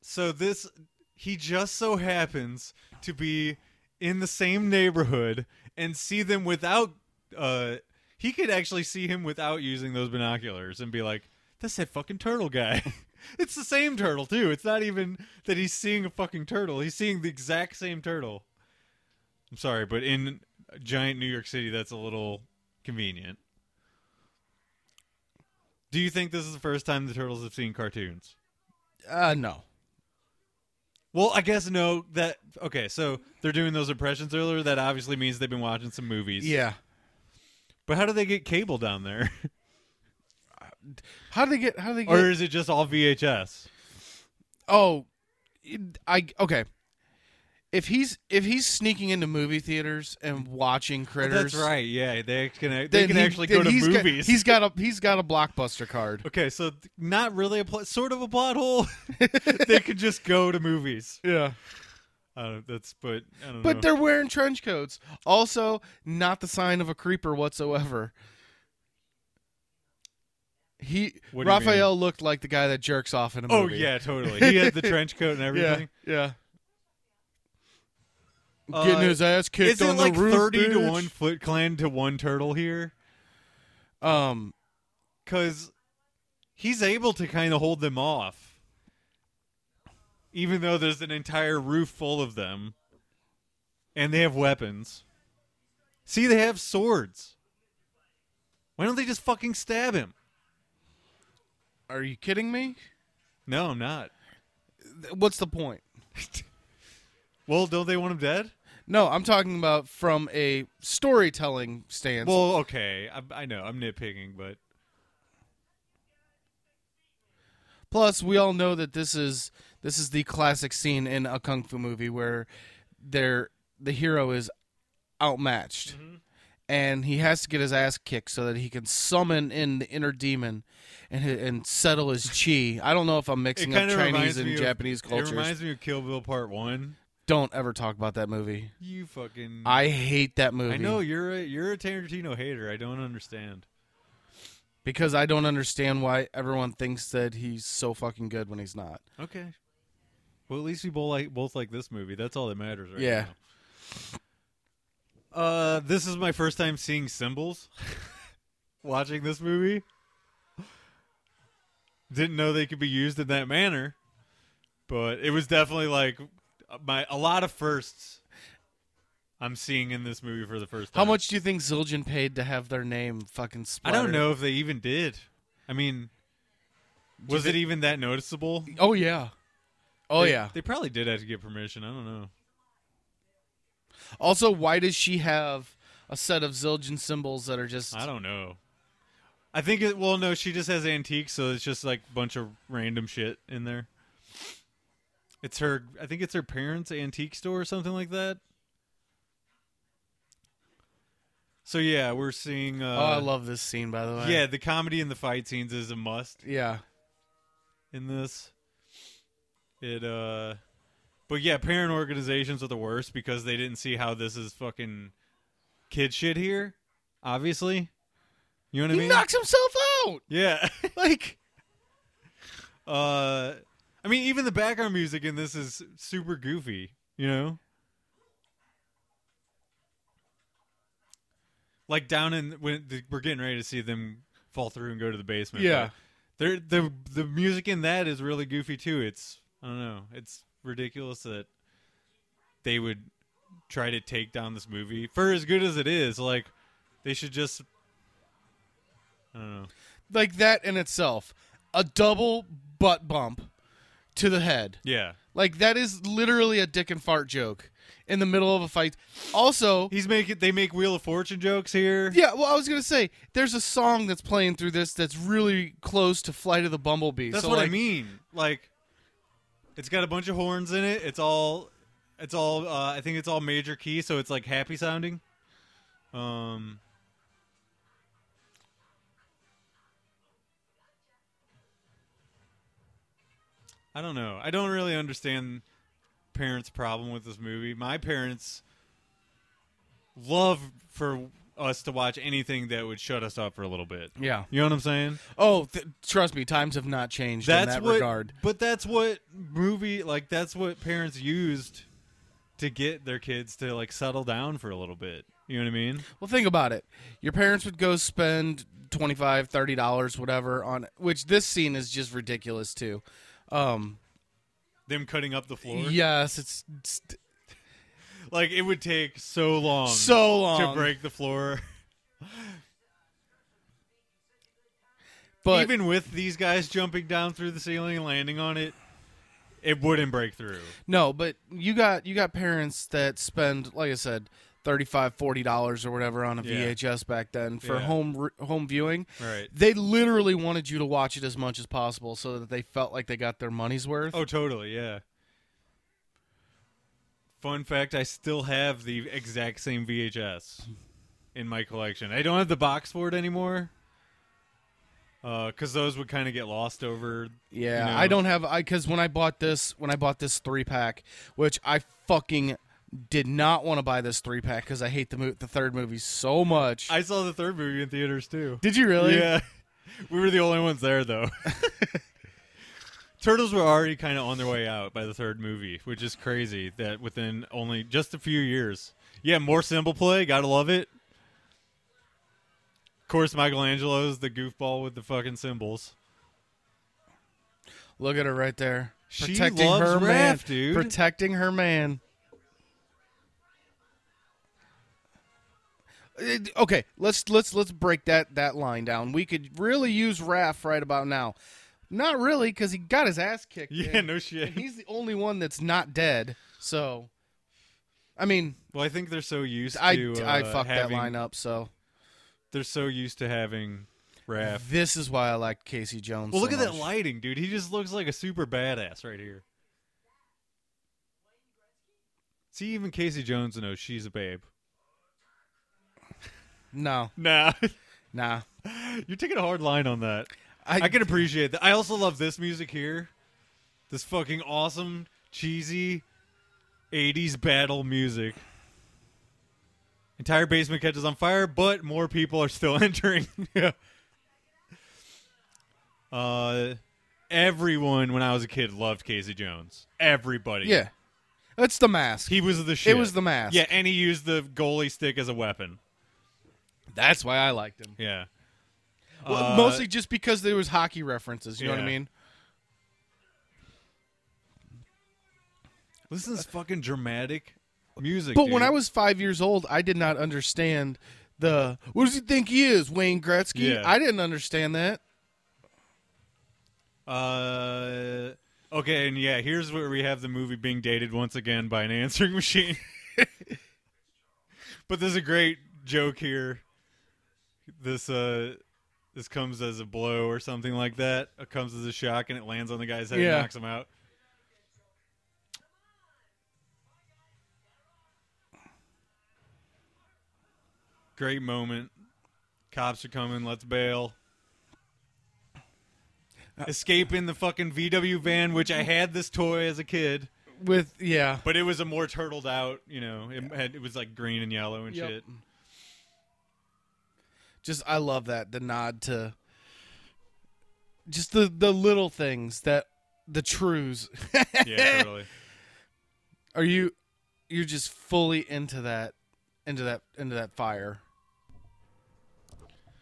[SPEAKER 1] So this he just so happens to be in the same neighborhood and see them without uh he could actually see him without using those binoculars and be like, That's that fucking turtle guy. it's the same turtle too. It's not even that he's seeing a fucking turtle. He's seeing the exact same turtle. I'm sorry, but in giant New York City that's a little convenient. Do you think this is the first time the turtles have seen cartoons?
[SPEAKER 2] Uh, no.
[SPEAKER 1] Well, I guess no. That okay. So they're doing those impressions earlier. That obviously means they've been watching some movies.
[SPEAKER 2] Yeah.
[SPEAKER 1] But how do they get cable down there,
[SPEAKER 2] How do they get? How do they get?
[SPEAKER 1] or is it just all VHS?
[SPEAKER 2] oh, it- I okay. If he's if he's sneaking into movie theaters and watching critters,
[SPEAKER 1] That's right. Yeah, they can. They
[SPEAKER 2] then
[SPEAKER 1] can
[SPEAKER 2] he-
[SPEAKER 1] actually
[SPEAKER 2] then
[SPEAKER 1] go to
[SPEAKER 2] he's got-
[SPEAKER 1] movies.
[SPEAKER 2] he's got a he's got a blockbuster card.
[SPEAKER 1] okay, so th- not really a plot, sort of a plot hole. they could just go to movies.
[SPEAKER 2] Yeah.
[SPEAKER 1] Uh, that's but I don't
[SPEAKER 2] But
[SPEAKER 1] know.
[SPEAKER 2] they're wearing trench coats. Also, not the sign of a creeper whatsoever. He
[SPEAKER 1] What do you
[SPEAKER 2] Raphael looked like the guy that jerks off in a
[SPEAKER 1] oh
[SPEAKER 2] movie.
[SPEAKER 1] yeah, totally. He had the trench coat and
[SPEAKER 2] yeah,
[SPEAKER 1] everything.
[SPEAKER 2] yeah.
[SPEAKER 1] Uh,
[SPEAKER 2] Getting his ass
[SPEAKER 1] Is
[SPEAKER 2] kicked
[SPEAKER 1] it
[SPEAKER 2] on
[SPEAKER 1] like
[SPEAKER 2] the roof.
[SPEAKER 1] thirty to
[SPEAKER 2] bitch.
[SPEAKER 1] one Foot Clan to one turtle here?
[SPEAKER 2] Um,
[SPEAKER 1] because he's able to kind of hold them off, even though there's an entire roof full of them, and they have weapons. See, they have swords. Why don't they just fucking stab him?
[SPEAKER 2] are you kidding me?
[SPEAKER 1] No, I'm not.
[SPEAKER 2] Th- What's the point?
[SPEAKER 1] Well, don't they want him dead?
[SPEAKER 2] No, I'm talking about from a storytelling stance.
[SPEAKER 1] Well, okay. I, I know I'm nitpicking, but
[SPEAKER 2] Plus, we all know that this is this is the classic scene in a kung fu movie where there the hero is outmatched,
[SPEAKER 1] Mm-hmm.
[SPEAKER 2] and he has to get his ass kicked so that he can summon in the inner demon and hi- and settle his chi. I don't know if I'm mixing
[SPEAKER 1] it
[SPEAKER 2] up
[SPEAKER 1] kind of reminds
[SPEAKER 2] Chinese and
[SPEAKER 1] me of-
[SPEAKER 2] Japanese cultures.
[SPEAKER 1] It reminds me of Kill Bill Part One.
[SPEAKER 2] don't ever talk about that movie.
[SPEAKER 1] You fucking.
[SPEAKER 2] I hate that movie.
[SPEAKER 1] Mm-hmm. I know you're a you're a Tarantino hater. I don't understand.
[SPEAKER 2] because I don't understand why everyone thinks that he's so fucking good when he's not.
[SPEAKER 1] Okay. Well, at least we both like both like this movie. That's all that matters, right?
[SPEAKER 2] Yeah.
[SPEAKER 1] now. Uh, this is my first time seeing symbols. watching this movie, didn't know they could be used in that manner, but it was definitely like my a lot of firsts. I'm seeing in this movie for the first time.
[SPEAKER 2] How much do you think Zildjian paid to have their name fucking
[SPEAKER 1] I
[SPEAKER 2] splattered?
[SPEAKER 1] don't know if they even did. I mean, was it even that noticeable?
[SPEAKER 2] Oh yeah. Oh
[SPEAKER 1] They-
[SPEAKER 2] yeah.
[SPEAKER 1] They probably did have to get permission. I don't know.
[SPEAKER 2] Also, why does she have a set of Zildjian symbols that are just
[SPEAKER 1] I don't know. I think it. Well, no, she just has antiques, so it's just like a bunch of random shit in there. It's her. I think it's her parents' antique store or something like that. So yeah, we're seeing. Uh,
[SPEAKER 2] Oh, I love this scene by the way.
[SPEAKER 1] Yeah, the comedy and the fight scenes is a must
[SPEAKER 2] Yeah.
[SPEAKER 1] in this. It uh, but yeah, parent organizations are the worst because they didn't see how this is fucking kid shit here. Obviously, you know what
[SPEAKER 2] He
[SPEAKER 1] I mean.
[SPEAKER 2] knocks himself out.
[SPEAKER 1] Yeah.
[SPEAKER 2] Like
[SPEAKER 1] uh I mean even the background music in this is super goofy, you know? like down in when the, we're getting ready to see them fall through and go to the basement.
[SPEAKER 2] Yeah.
[SPEAKER 1] There the the music in that is really goofy too. It's I don't know. It's ridiculous that they would try to take down this movie for as good as it is. Like they should just I don't know.
[SPEAKER 2] like that in itself, a double butt bump to the head.
[SPEAKER 1] Yeah.
[SPEAKER 2] Like that is literally a dick and fart joke in the middle of a fight. Also,
[SPEAKER 1] He's making they make Wheel of Fortune jokes here.
[SPEAKER 2] yeah, well, I was gonna say there's a song that's playing through this that's really close to "Flight of the Bumblebee."
[SPEAKER 1] That's
[SPEAKER 2] so,
[SPEAKER 1] what I
[SPEAKER 2] like,
[SPEAKER 1] mean. Like, it's got a bunch of horns in it. It's all, it's all. Uh, I think it's all major key, so it's like happy sounding. Um. I don't know. I don't really understand parents' problem with this movie. My parents love for us to watch anything that would shut us up for a little bit.
[SPEAKER 2] Yeah.
[SPEAKER 1] You know what I'm saying?
[SPEAKER 2] Oh, th- trust me, times have not changed
[SPEAKER 1] that's
[SPEAKER 2] in that
[SPEAKER 1] what,
[SPEAKER 2] regard.
[SPEAKER 1] But that's what movie like that's what parents used to get their kids to like settle down for a little bit. You know what I mean?
[SPEAKER 2] Well, think about it. Your parents would go spend 25 $30, whatever, on which this scene is just ridiculous, too. Um,
[SPEAKER 1] Them cutting up the floor.
[SPEAKER 2] yes, it's, it's
[SPEAKER 1] Like it would take so long
[SPEAKER 2] so long.
[SPEAKER 1] to break the floor.
[SPEAKER 2] But
[SPEAKER 1] Even with these guys jumping down through the ceiling and landing on it, it wouldn't break through.
[SPEAKER 2] No, but you got you got parents that spend, like I said, thirty five, forty dollars or whatever on a
[SPEAKER 1] Yeah.
[SPEAKER 2] VHS back then for
[SPEAKER 1] Yeah.
[SPEAKER 2] home re- home viewing.
[SPEAKER 1] Right.
[SPEAKER 2] They literally wanted you to watch it as much as possible so that they felt like they got their money's worth.
[SPEAKER 1] Oh, totally, yeah. Fun fact, I still have the exact same VHS in my collection. I don't have the box for it anymore. Uh, cuz those would kind of get lost over
[SPEAKER 2] yeah,
[SPEAKER 1] you know.
[SPEAKER 2] I don't have I because when I bought this when I bought this three pack, which I fucking did not want to buy this three pack because I hate the mo- the third movie so much.
[SPEAKER 1] I saw the third movie in theaters too.
[SPEAKER 2] did you really?
[SPEAKER 1] Yeah. We were the only ones there though. Turtles were already kind of on their way out by the third movie, which is crazy that within only just a few years. Yeah, more symbol play, gotta love it. Of course, Michelangelo's the goofball with the fucking symbols.
[SPEAKER 2] Look at her right there.
[SPEAKER 1] She loves
[SPEAKER 2] her
[SPEAKER 1] Raph,
[SPEAKER 2] man.
[SPEAKER 1] dude.
[SPEAKER 2] Protecting her man. It- Uh, Okay, let's let's let's break that that line down. We could really use Raph right about now. Not really, because he got his ass kicked.
[SPEAKER 1] Yeah,
[SPEAKER 2] in,
[SPEAKER 1] no
[SPEAKER 2] and
[SPEAKER 1] shit.
[SPEAKER 2] he's the only one that's not dead. So, I mean,
[SPEAKER 1] Well, I think they're so used
[SPEAKER 2] I
[SPEAKER 1] to uh,
[SPEAKER 2] I fucked
[SPEAKER 1] having,
[SPEAKER 2] that line up. So
[SPEAKER 1] They're so used to having Raph.
[SPEAKER 2] this is why I like Casey Jones.
[SPEAKER 1] Well,
[SPEAKER 2] so
[SPEAKER 1] look at that
[SPEAKER 2] much.
[SPEAKER 1] lighting, dude. He just looks like a super badass right here. See, even Casey Jones knows she's a babe.
[SPEAKER 2] No,
[SPEAKER 1] Nah,
[SPEAKER 2] nah.
[SPEAKER 1] you're taking a hard line on that. I can appreciate that. I also love this music here. This fucking awesome, cheesy 80s battle music. Entire basement catches on fire, but more people are still entering. yeah. Uh everyone when I was a kid loved Casey Jones. Everybody.
[SPEAKER 2] Yeah, that's the mask.
[SPEAKER 1] He was the shit.
[SPEAKER 2] was the mask.
[SPEAKER 1] Yeah, and he used the goalie stick as a weapon.
[SPEAKER 2] That's why I liked him.
[SPEAKER 1] Yeah.
[SPEAKER 2] Well,
[SPEAKER 1] Uh,
[SPEAKER 2] mostly just because there was hockey references. You know what I
[SPEAKER 1] yeah.
[SPEAKER 2] mean?
[SPEAKER 1] Listen to this fucking dramatic music.
[SPEAKER 2] Uh, But when
[SPEAKER 1] dude.
[SPEAKER 2] I was five years old, I did not understand the. What does he think he is, Wayne Gretzky?
[SPEAKER 1] Yeah.
[SPEAKER 2] I didn't understand that.
[SPEAKER 1] Uh, okay, and yeah, here's where we have the movie being dated once again by an answering machine. but there's a great joke here. This uh, this comes as a blow or something like that. It comes as a shock and it lands on the guy's head
[SPEAKER 2] Yeah.
[SPEAKER 1] and knocks him out. Great moment. Cops are coming. Let's bail. Escape in the fucking VW van, which I had this toy as a kid,
[SPEAKER 2] With yeah,
[SPEAKER 1] but it was a more turtled out. You know, it had it was like green and yellow and
[SPEAKER 2] Yep.
[SPEAKER 1] shit.
[SPEAKER 2] just I love that the nod to. Just the the little things that the trues.
[SPEAKER 1] Yeah, totally.
[SPEAKER 2] Are you, you're just fully into that, into that, into that fire.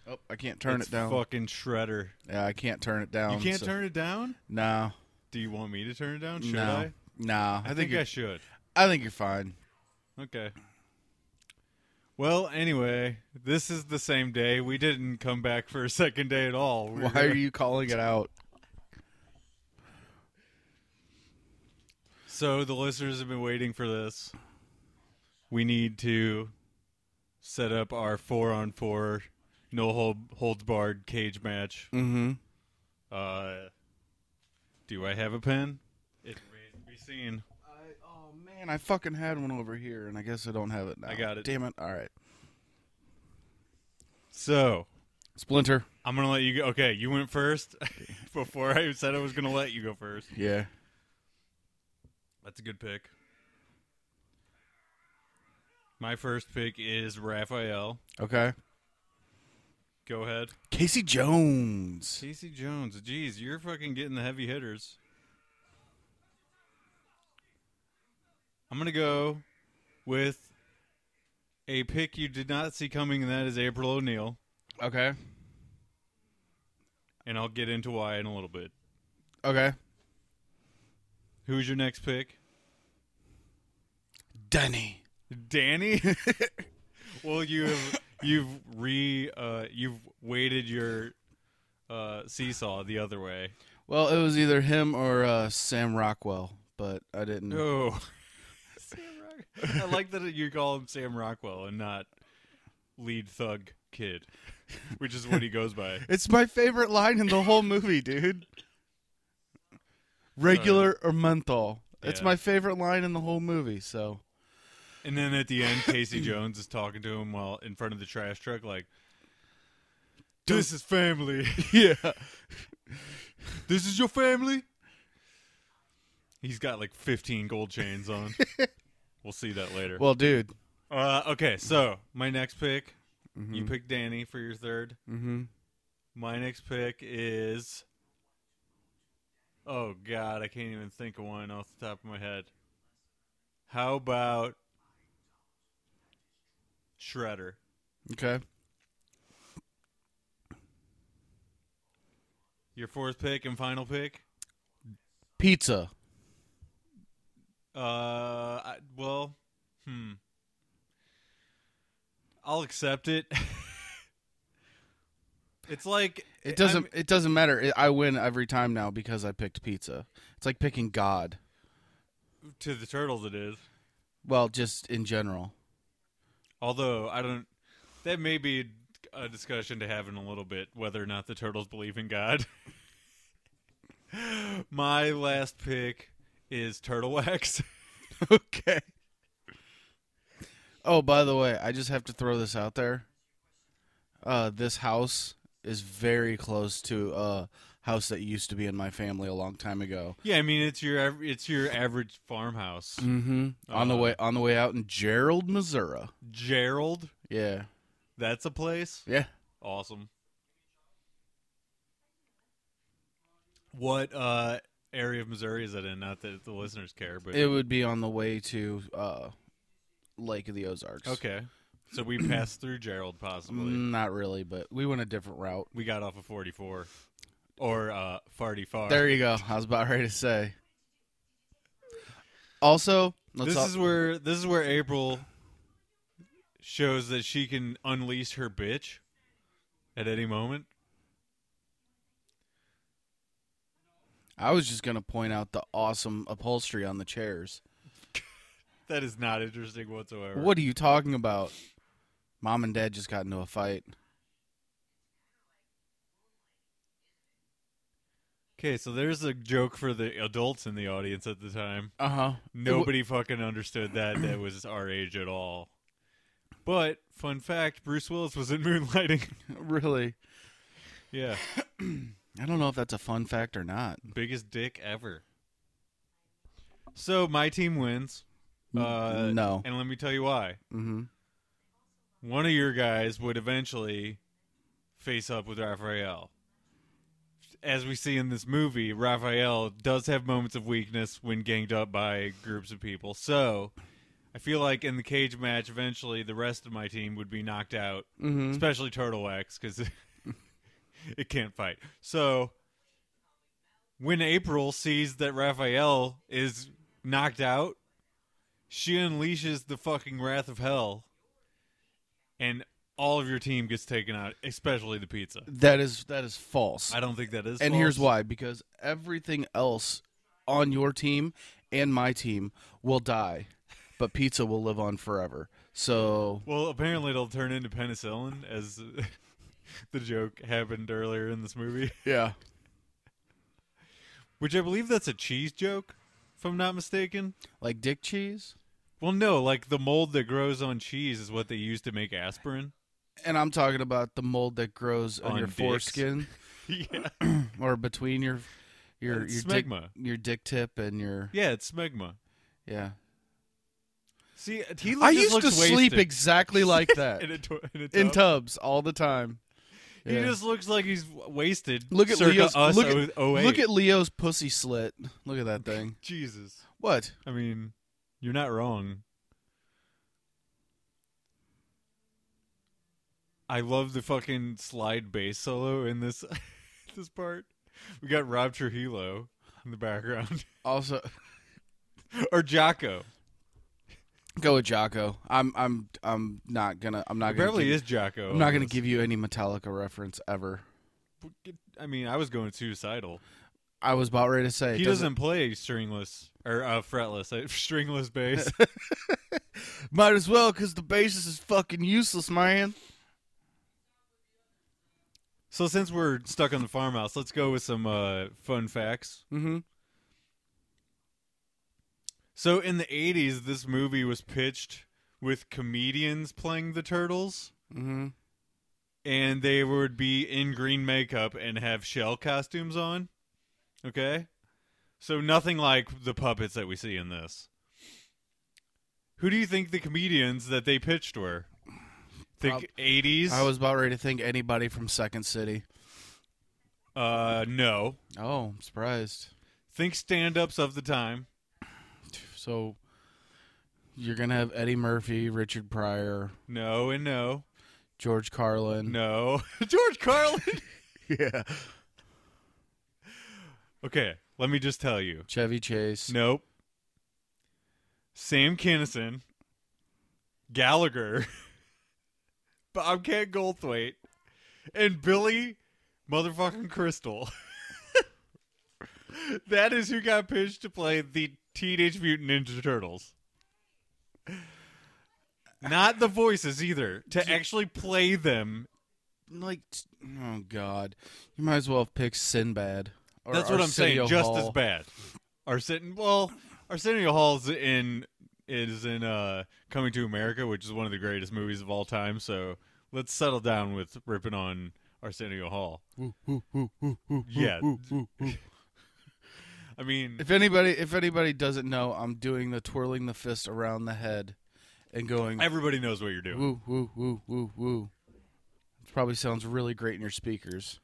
[SPEAKER 2] Oh, I can't turn
[SPEAKER 1] It's
[SPEAKER 2] it down.
[SPEAKER 1] Fucking shredder.
[SPEAKER 2] Yeah, I can't turn it down.
[SPEAKER 1] You can't
[SPEAKER 2] so-
[SPEAKER 1] turn it down.
[SPEAKER 2] No,
[SPEAKER 1] Do you want me to turn it down? Should
[SPEAKER 2] no,
[SPEAKER 1] I?
[SPEAKER 2] no. I,
[SPEAKER 1] I
[SPEAKER 2] think
[SPEAKER 1] think I
[SPEAKER 2] you're,
[SPEAKER 1] should.
[SPEAKER 2] I think you're fine.
[SPEAKER 1] Okay. Well, anyway, this is the same day. We didn't come back for a second day at all. We were
[SPEAKER 2] Why
[SPEAKER 1] gonna-
[SPEAKER 2] are you calling it out?
[SPEAKER 1] So the listeners have been waiting for this. We need to set up our four on four, no hold holds barred cage match.
[SPEAKER 2] Mm-hmm.
[SPEAKER 1] Uh, do I have a pen? It remains to be seen.
[SPEAKER 2] I, oh man, I fucking had one over here, and I guess I don't have it now.
[SPEAKER 1] I got it.
[SPEAKER 2] Damn it! All right,
[SPEAKER 1] So
[SPEAKER 2] Splinter.
[SPEAKER 1] I'm gonna let you go. Okay, you went first before I said I was gonna let you go first.
[SPEAKER 2] Yeah.
[SPEAKER 1] That's a good pick. My first pick is Raphael.
[SPEAKER 2] Okay.
[SPEAKER 1] Go ahead.
[SPEAKER 2] Casey Jones.
[SPEAKER 1] Casey Jones. Jeez, you're fucking getting the heavy hitters. I'm going to go with a pick you did not see coming, and that is April O'Neil.
[SPEAKER 2] Okay.
[SPEAKER 1] And I'll get into why in a little bit.
[SPEAKER 2] Okay.
[SPEAKER 1] Who's your next pick?
[SPEAKER 2] Danny.
[SPEAKER 1] Danny? well, you've you've re uh, you've weighted your uh, seesaw the other way.
[SPEAKER 2] Well, it was either him or uh, Sam Rockwell, but I didn't.
[SPEAKER 1] Oh. Sam Rock- I like that you call him Sam Rockwell and not lead thug kid, which is what he goes by.
[SPEAKER 2] It's my favorite line in the whole movie, dude. Regular or menthol. It's
[SPEAKER 1] Yeah.
[SPEAKER 2] my favorite line in the whole movie, so.
[SPEAKER 1] And then at the end, Casey Jones is talking to him while in front of the trash truck, like, "This is family.
[SPEAKER 2] Yeah.
[SPEAKER 1] this is your family." He's got like 15 gold chains on. we'll see that later.
[SPEAKER 2] Well, dude.
[SPEAKER 1] Uh, okay, so my next pick, you pick Danny for your third.
[SPEAKER 2] Mm-hmm.
[SPEAKER 1] My next pick is. Oh God, I can't even think of one off the top of my head. How about Shredder?
[SPEAKER 2] Okay.
[SPEAKER 1] Your fourth pick and final pick.
[SPEAKER 2] Pizza.
[SPEAKER 1] Uh, I, well, hmm. I'll accept it. it's like
[SPEAKER 2] It doesn't. it doesn't matter. It, I win every time now because I picked pizza. It's like picking God.
[SPEAKER 1] I'm- to the turtles. It is.
[SPEAKER 2] Well, just in general.
[SPEAKER 1] Although I don't, that may be a discussion to have in a little bit whether or not the turtles believe in God. My last pick is Turtle Wax.
[SPEAKER 2] okay. Oh, by the way, I just have to throw this out there. Uh, this house is very close to a house that used to be in my family a long time ago.
[SPEAKER 1] yeah, I mean it's your av- it's your average farmhouse.
[SPEAKER 2] Mm-hmm. on the
[SPEAKER 1] Uh.
[SPEAKER 2] way, on the way out in Gerald, Missouri.
[SPEAKER 1] Gerald,
[SPEAKER 2] Yeah,
[SPEAKER 1] that's a place.
[SPEAKER 2] yeah.
[SPEAKER 1] Awesome. What uh area of Missouri is that in? Not that the listeners care, but
[SPEAKER 2] It would be on the way to uh, Lake of the Ozarks.
[SPEAKER 1] okay. So we passed through Gerald possibly.
[SPEAKER 2] Mm, Not really, but we went a different route.
[SPEAKER 1] We got off of 44 or uh, farty far.
[SPEAKER 2] There you go. I was about ready to say. Also, let's
[SPEAKER 1] this
[SPEAKER 2] al-
[SPEAKER 1] is where this is where April shows that she can unleash her bitch at any moment.
[SPEAKER 2] I was just gonna point out the awesome upholstery on the chairs.
[SPEAKER 1] That is not interesting whatsoever.
[SPEAKER 2] What are you talking about? Mom and Dad just got into a fight.
[SPEAKER 1] Okay, so there's a joke for the adults in the audience at the time.
[SPEAKER 2] Uh huh.
[SPEAKER 1] Nobody fucking understood that that was our age at all. But fun fact, Bruce Willis was in Moonlighting.
[SPEAKER 2] really?
[SPEAKER 1] yeah,
[SPEAKER 2] I don't know if that's a fun fact or not.
[SPEAKER 1] biggest dick ever. So my team wins.
[SPEAKER 2] Mm,
[SPEAKER 1] Uh,
[SPEAKER 2] no.
[SPEAKER 1] And let me tell you why.
[SPEAKER 2] Mm-hmm.
[SPEAKER 1] One of your guys would eventually face up with Raphael. As we see in this movie, Raphael does have moments of weakness when ganged up by groups of people. So I feel like in the cage match, eventually the rest of my team would be knocked out,
[SPEAKER 2] Mm-hmm.
[SPEAKER 1] especially Turtle Wax because it can't fight. So when April sees that Raphael is knocked out, she unleashes the fucking wrath of hell, and all of your team gets taken out, especially the pizza.
[SPEAKER 2] That is that is false.
[SPEAKER 1] I don't think that is.
[SPEAKER 2] and
[SPEAKER 1] false.
[SPEAKER 2] here's why: because everything else on your team and my team will die, but pizza will live on forever. So
[SPEAKER 1] Well, apparently it'll turn into penicillin, as uh, the joke happened earlier in this movie.
[SPEAKER 2] yeah,
[SPEAKER 1] Which I believe that's a cheese joke, if I'm not mistaken.
[SPEAKER 2] like dick cheese.
[SPEAKER 1] Well, no, like the mold that grows on cheese is what they use to make aspirin.
[SPEAKER 2] And I'm talking about the mold that grows on,
[SPEAKER 1] On
[SPEAKER 2] your
[SPEAKER 1] dicks.
[SPEAKER 2] foreskin
[SPEAKER 1] yeah.
[SPEAKER 2] or between your your
[SPEAKER 1] It's
[SPEAKER 2] your dick,
[SPEAKER 1] smegma.
[SPEAKER 2] your dick tip and your
[SPEAKER 1] yeah, it's smegma.
[SPEAKER 2] yeah.
[SPEAKER 1] See, uh, he look,
[SPEAKER 2] I
[SPEAKER 1] just
[SPEAKER 2] used to
[SPEAKER 1] looks
[SPEAKER 2] sleep
[SPEAKER 1] wasted.
[SPEAKER 2] exactly like that
[SPEAKER 1] in a, to- in a
[SPEAKER 2] in
[SPEAKER 1] tub.
[SPEAKER 2] tubs all the time.
[SPEAKER 1] He
[SPEAKER 2] Yeah.
[SPEAKER 1] just looks like he's w- wasted.
[SPEAKER 2] Look at
[SPEAKER 1] circa
[SPEAKER 2] Leo's
[SPEAKER 1] us
[SPEAKER 2] look at,
[SPEAKER 1] oh- 08.
[SPEAKER 2] look at Leo's pussy slit. Look at that thing.
[SPEAKER 1] Jesus.
[SPEAKER 2] What?
[SPEAKER 1] I mean, you're not wrong. I love the fucking slide bass solo in this this part. We got Rob Trujillo in the background,
[SPEAKER 2] Also,
[SPEAKER 1] or Jocko.
[SPEAKER 2] go with Jocko. I'm I'm I'm not gonna I'm not
[SPEAKER 1] It
[SPEAKER 2] gonna
[SPEAKER 1] probably
[SPEAKER 2] give,
[SPEAKER 1] is Jocko.
[SPEAKER 2] I'm not gonna
[SPEAKER 1] almost.
[SPEAKER 2] give you any Metallica reference ever.
[SPEAKER 1] I mean, I was going suicidal.
[SPEAKER 2] I was about ready to say
[SPEAKER 1] he
[SPEAKER 2] doesn't-
[SPEAKER 1] doesn't play stringless or uh, fretless, uh, stringless bass.
[SPEAKER 2] Might as well, because the basis is fucking useless, man.
[SPEAKER 1] so since we're stuck on the farmhouse, let's go with some uh, fun facts.
[SPEAKER 2] Mm-hmm.
[SPEAKER 1] So in the 80s, this movie was pitched with comedians playing the turtles,
[SPEAKER 2] Mm-hmm.
[SPEAKER 1] and they would be in green makeup and have shell costumes on. Okay? So nothing like the puppets that we see in this. Who do you think the comedians that they pitched were? Think 80s?
[SPEAKER 2] I was about ready to think anybody from Second City.
[SPEAKER 1] uh no.
[SPEAKER 2] Oh, I'm surprised.
[SPEAKER 1] Think stand-ups of the time.
[SPEAKER 2] So you're gonna have Eddie Murphy, Richard Pryor,
[SPEAKER 1] No and no.
[SPEAKER 2] George Carlin.
[SPEAKER 1] No. George Carlin.
[SPEAKER 2] Yeah.
[SPEAKER 1] okay, let me just tell you.
[SPEAKER 2] Chevy Chase.
[SPEAKER 1] Nope. Sam Kinison, Gallagher, Bobcat Goldthwait, and Billy motherfucking Crystal. that is who got pitched to play the Teenage Mutant Ninja Turtles. Not the voices either. To actually play them.
[SPEAKER 2] Like, oh god, you might as well have picked Sinbad. Or
[SPEAKER 1] That's what I'm saying.
[SPEAKER 2] Arsenio
[SPEAKER 1] Just
[SPEAKER 2] Hall.
[SPEAKER 1] as bad. Arsen well, Arsenio Hall's in is in uh Coming to America, which is one of the greatest movies of all time, so let's settle down with ripping on Arsenio Hall.
[SPEAKER 2] Woo, woo, woo, woo, woo,
[SPEAKER 1] Yeah.
[SPEAKER 2] woo, woo, woo.
[SPEAKER 1] I mean
[SPEAKER 2] If anybody, if anybody doesn't know, I'm doing the twirling the fist around the head and going
[SPEAKER 1] everybody knows what you're doing.
[SPEAKER 2] woo, woo, woo, woo, woo. It probably sounds really great in your speakers.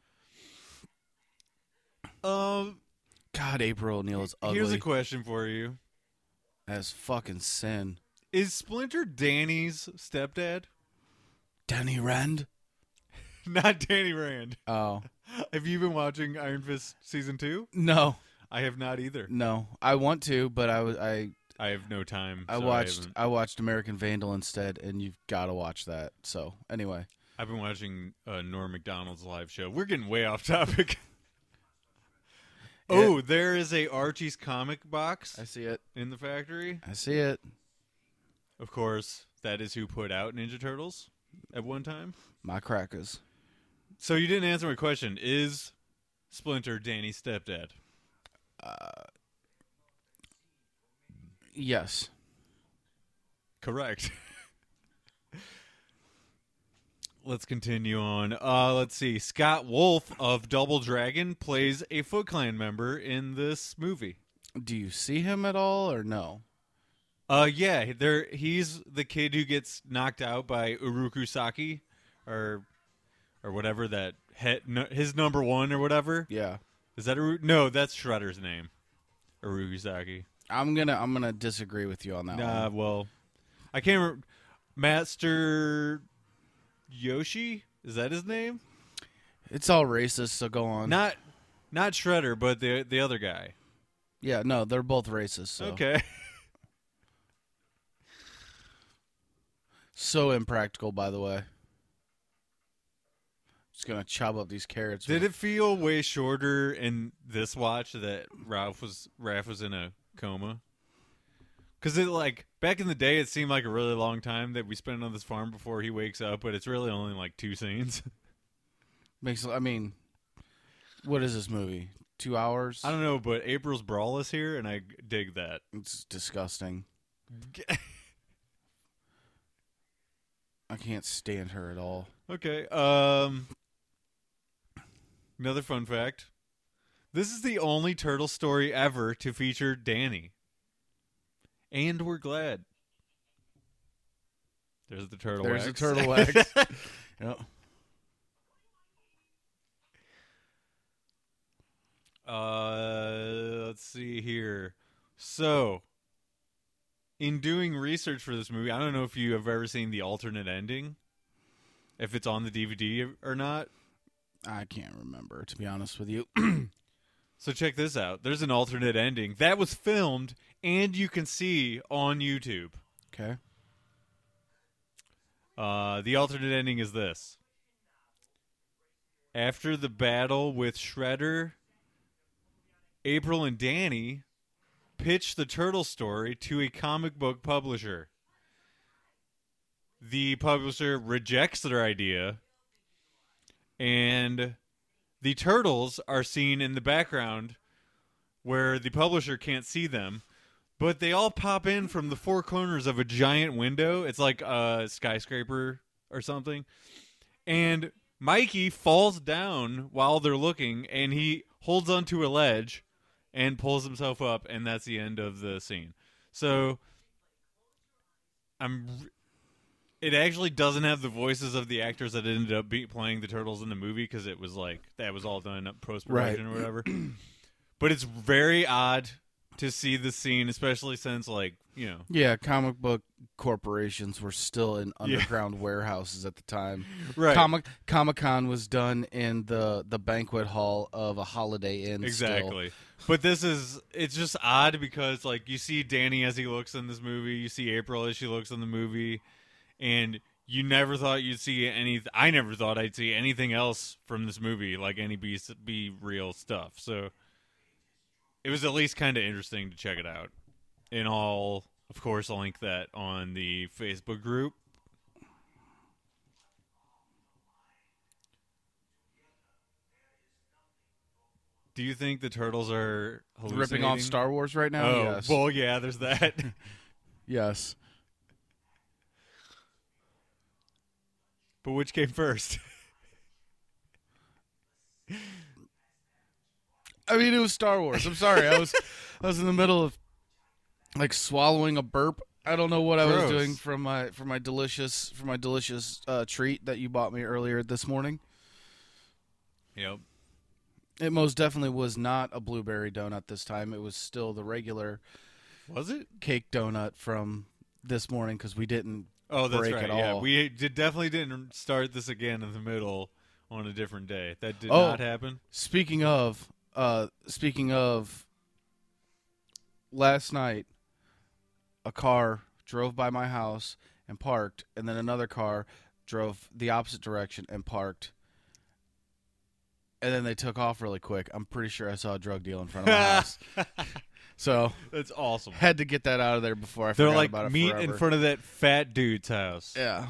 [SPEAKER 1] Um
[SPEAKER 2] God, April O'Neil is ugly
[SPEAKER 1] here's a question for you.
[SPEAKER 2] as fucking sin.
[SPEAKER 1] Is Splinter Danny's stepdad?
[SPEAKER 2] Danny Rand.
[SPEAKER 1] Not Danny Rand.
[SPEAKER 2] Oh
[SPEAKER 1] Have you been watching Iron Fist season two?
[SPEAKER 2] no,
[SPEAKER 1] I have not either.
[SPEAKER 2] no. I want to, but I was I
[SPEAKER 1] I have no time.
[SPEAKER 2] I
[SPEAKER 1] so
[SPEAKER 2] watched
[SPEAKER 1] haven't-
[SPEAKER 2] I, watched American Vandal instead, and you've got to watch that. So anyway,
[SPEAKER 1] I've been watching uh, Norm Macdonald's live show. We're getting way off topic. oh, there is a Archie's comic box
[SPEAKER 2] I see it.
[SPEAKER 1] in the factory.
[SPEAKER 2] I see it.
[SPEAKER 1] Of course, that is who put out Ninja Turtles at one time.
[SPEAKER 2] My crackers.
[SPEAKER 1] So you didn't answer my question. Is Splinter Danny's stepdad?
[SPEAKER 2] Yes.
[SPEAKER 1] Correct. let's continue on. Uh, let's see. Scott Wolf of Double Dragon plays a Foot Clan member in this movie.
[SPEAKER 2] Do you see him at all or no?
[SPEAKER 1] Uh, yeah, there. He's the kid who gets knocked out by Uruku Saki, or, or whatever that he, no, his number one or whatever
[SPEAKER 2] Yeah.
[SPEAKER 1] is that. Uru, no, that's Shredder's name. Uruku Saki.
[SPEAKER 2] I'm gonna I'm gonna disagree with you on that.
[SPEAKER 1] Nah,
[SPEAKER 2] one.
[SPEAKER 1] well, I can't remember. Master Yoshi is that his name?
[SPEAKER 2] It's all racist, so go on.
[SPEAKER 1] Not not Shredder, but the the other guy.
[SPEAKER 2] yeah, no, they're both racist. So.
[SPEAKER 1] Okay.
[SPEAKER 2] So impractical, by the way. Just gonna chop up these carrots.
[SPEAKER 1] Did it feel way shorter in this watch that Ralph was Ralph was in a coma? Cause it like back in the day, it seemed like a really long time that we spent on this farm before he wakes up, but it's really only like two scenes.
[SPEAKER 2] makes? I mean, what is this movie? Two hours?
[SPEAKER 1] I don't know, but April's brawl is here, and I dig that.
[SPEAKER 2] It's disgusting. I can't stand her at all.
[SPEAKER 1] Okay. Um another fun fact. This is the only turtle story ever to feature Danny. And we're glad. There's the turtle wax.
[SPEAKER 2] There's the turtle wax. Yep.
[SPEAKER 1] uh let's see here. So in doing research for this movie, I don't know if you have ever seen the alternate ending. If it's on the DVD or not.
[SPEAKER 2] I can't remember to be honest with you.
[SPEAKER 1] So check this out. There's an alternate ending that was filmed and you can see on YouTube.
[SPEAKER 2] okay.
[SPEAKER 1] Uh, the alternate ending is this. After the battle with Shredder, April and Danny pitch the turtle story to a comic book publisher. The publisher rejects their idea, and the turtles are seen in the background where the publisher can't see them but they all pop in from the four corners of a giant window. It's like a skyscraper or something. And Mikey falls down while they're looking, and he holds onto a ledge and pulls himself up, and that's the end of the scene. So I'm. r- It actually doesn't have the voices of the actors that ended up be- playing the turtles in the movie because it was like that was all done up post production or whatever. but it's very odd to see the scene, especially since like you know,
[SPEAKER 2] Yeah, comic book corporations were still in underground warehouses at the time.
[SPEAKER 1] right?
[SPEAKER 2] Comic Comic Con was done in the the banquet hall of a Holiday Inn. still.
[SPEAKER 1] exactly. But this is it's just odd because like you see Danny as he looks in this movie, you see April as she looks in the movie, and you never thought you'd see any. I never thought I'd see anything else from this movie, like any be be real stuff. So it was at least kind of interesting to check it out. And I'll of course link that on the Facebook group. Do you think the turtles are
[SPEAKER 2] Ripping off
[SPEAKER 1] hallucinating?
[SPEAKER 2] Star Wars right now?
[SPEAKER 1] Oh,
[SPEAKER 2] yes.
[SPEAKER 1] well, yeah. There's that.
[SPEAKER 2] yes.
[SPEAKER 1] but which came first?
[SPEAKER 2] I mean, it was Star Wars. I'm sorry. I was I was in the middle of like swallowing a burp. I don't know what I was
[SPEAKER 1] Gross.
[SPEAKER 2] doing from my from my delicious from my delicious uh, treat that you bought me earlier this morning.
[SPEAKER 1] Yep.
[SPEAKER 2] It most definitely was not a blueberry donut this time. It was still the regular
[SPEAKER 1] Was it?
[SPEAKER 2] cake donut from this morning because we didn't.
[SPEAKER 1] Oh, that's
[SPEAKER 2] break
[SPEAKER 1] right.
[SPEAKER 2] at
[SPEAKER 1] Yeah,
[SPEAKER 2] all.
[SPEAKER 1] we did definitely didn't start this again in the middle on a different day. That did
[SPEAKER 2] Oh.
[SPEAKER 1] not happen.
[SPEAKER 2] Speaking of, uh, speaking of, last night, a car drove by my house and parked, and then another car drove the opposite direction and parked. And then they took off really quick. I'm pretty sure I saw a drug deal in front of my house, so
[SPEAKER 1] That's awesome.
[SPEAKER 2] had to get that out of there before I
[SPEAKER 1] They're
[SPEAKER 2] forgot
[SPEAKER 1] like
[SPEAKER 2] about it
[SPEAKER 1] meet
[SPEAKER 2] forever.
[SPEAKER 1] in front of that fat dude's house.
[SPEAKER 2] yeah.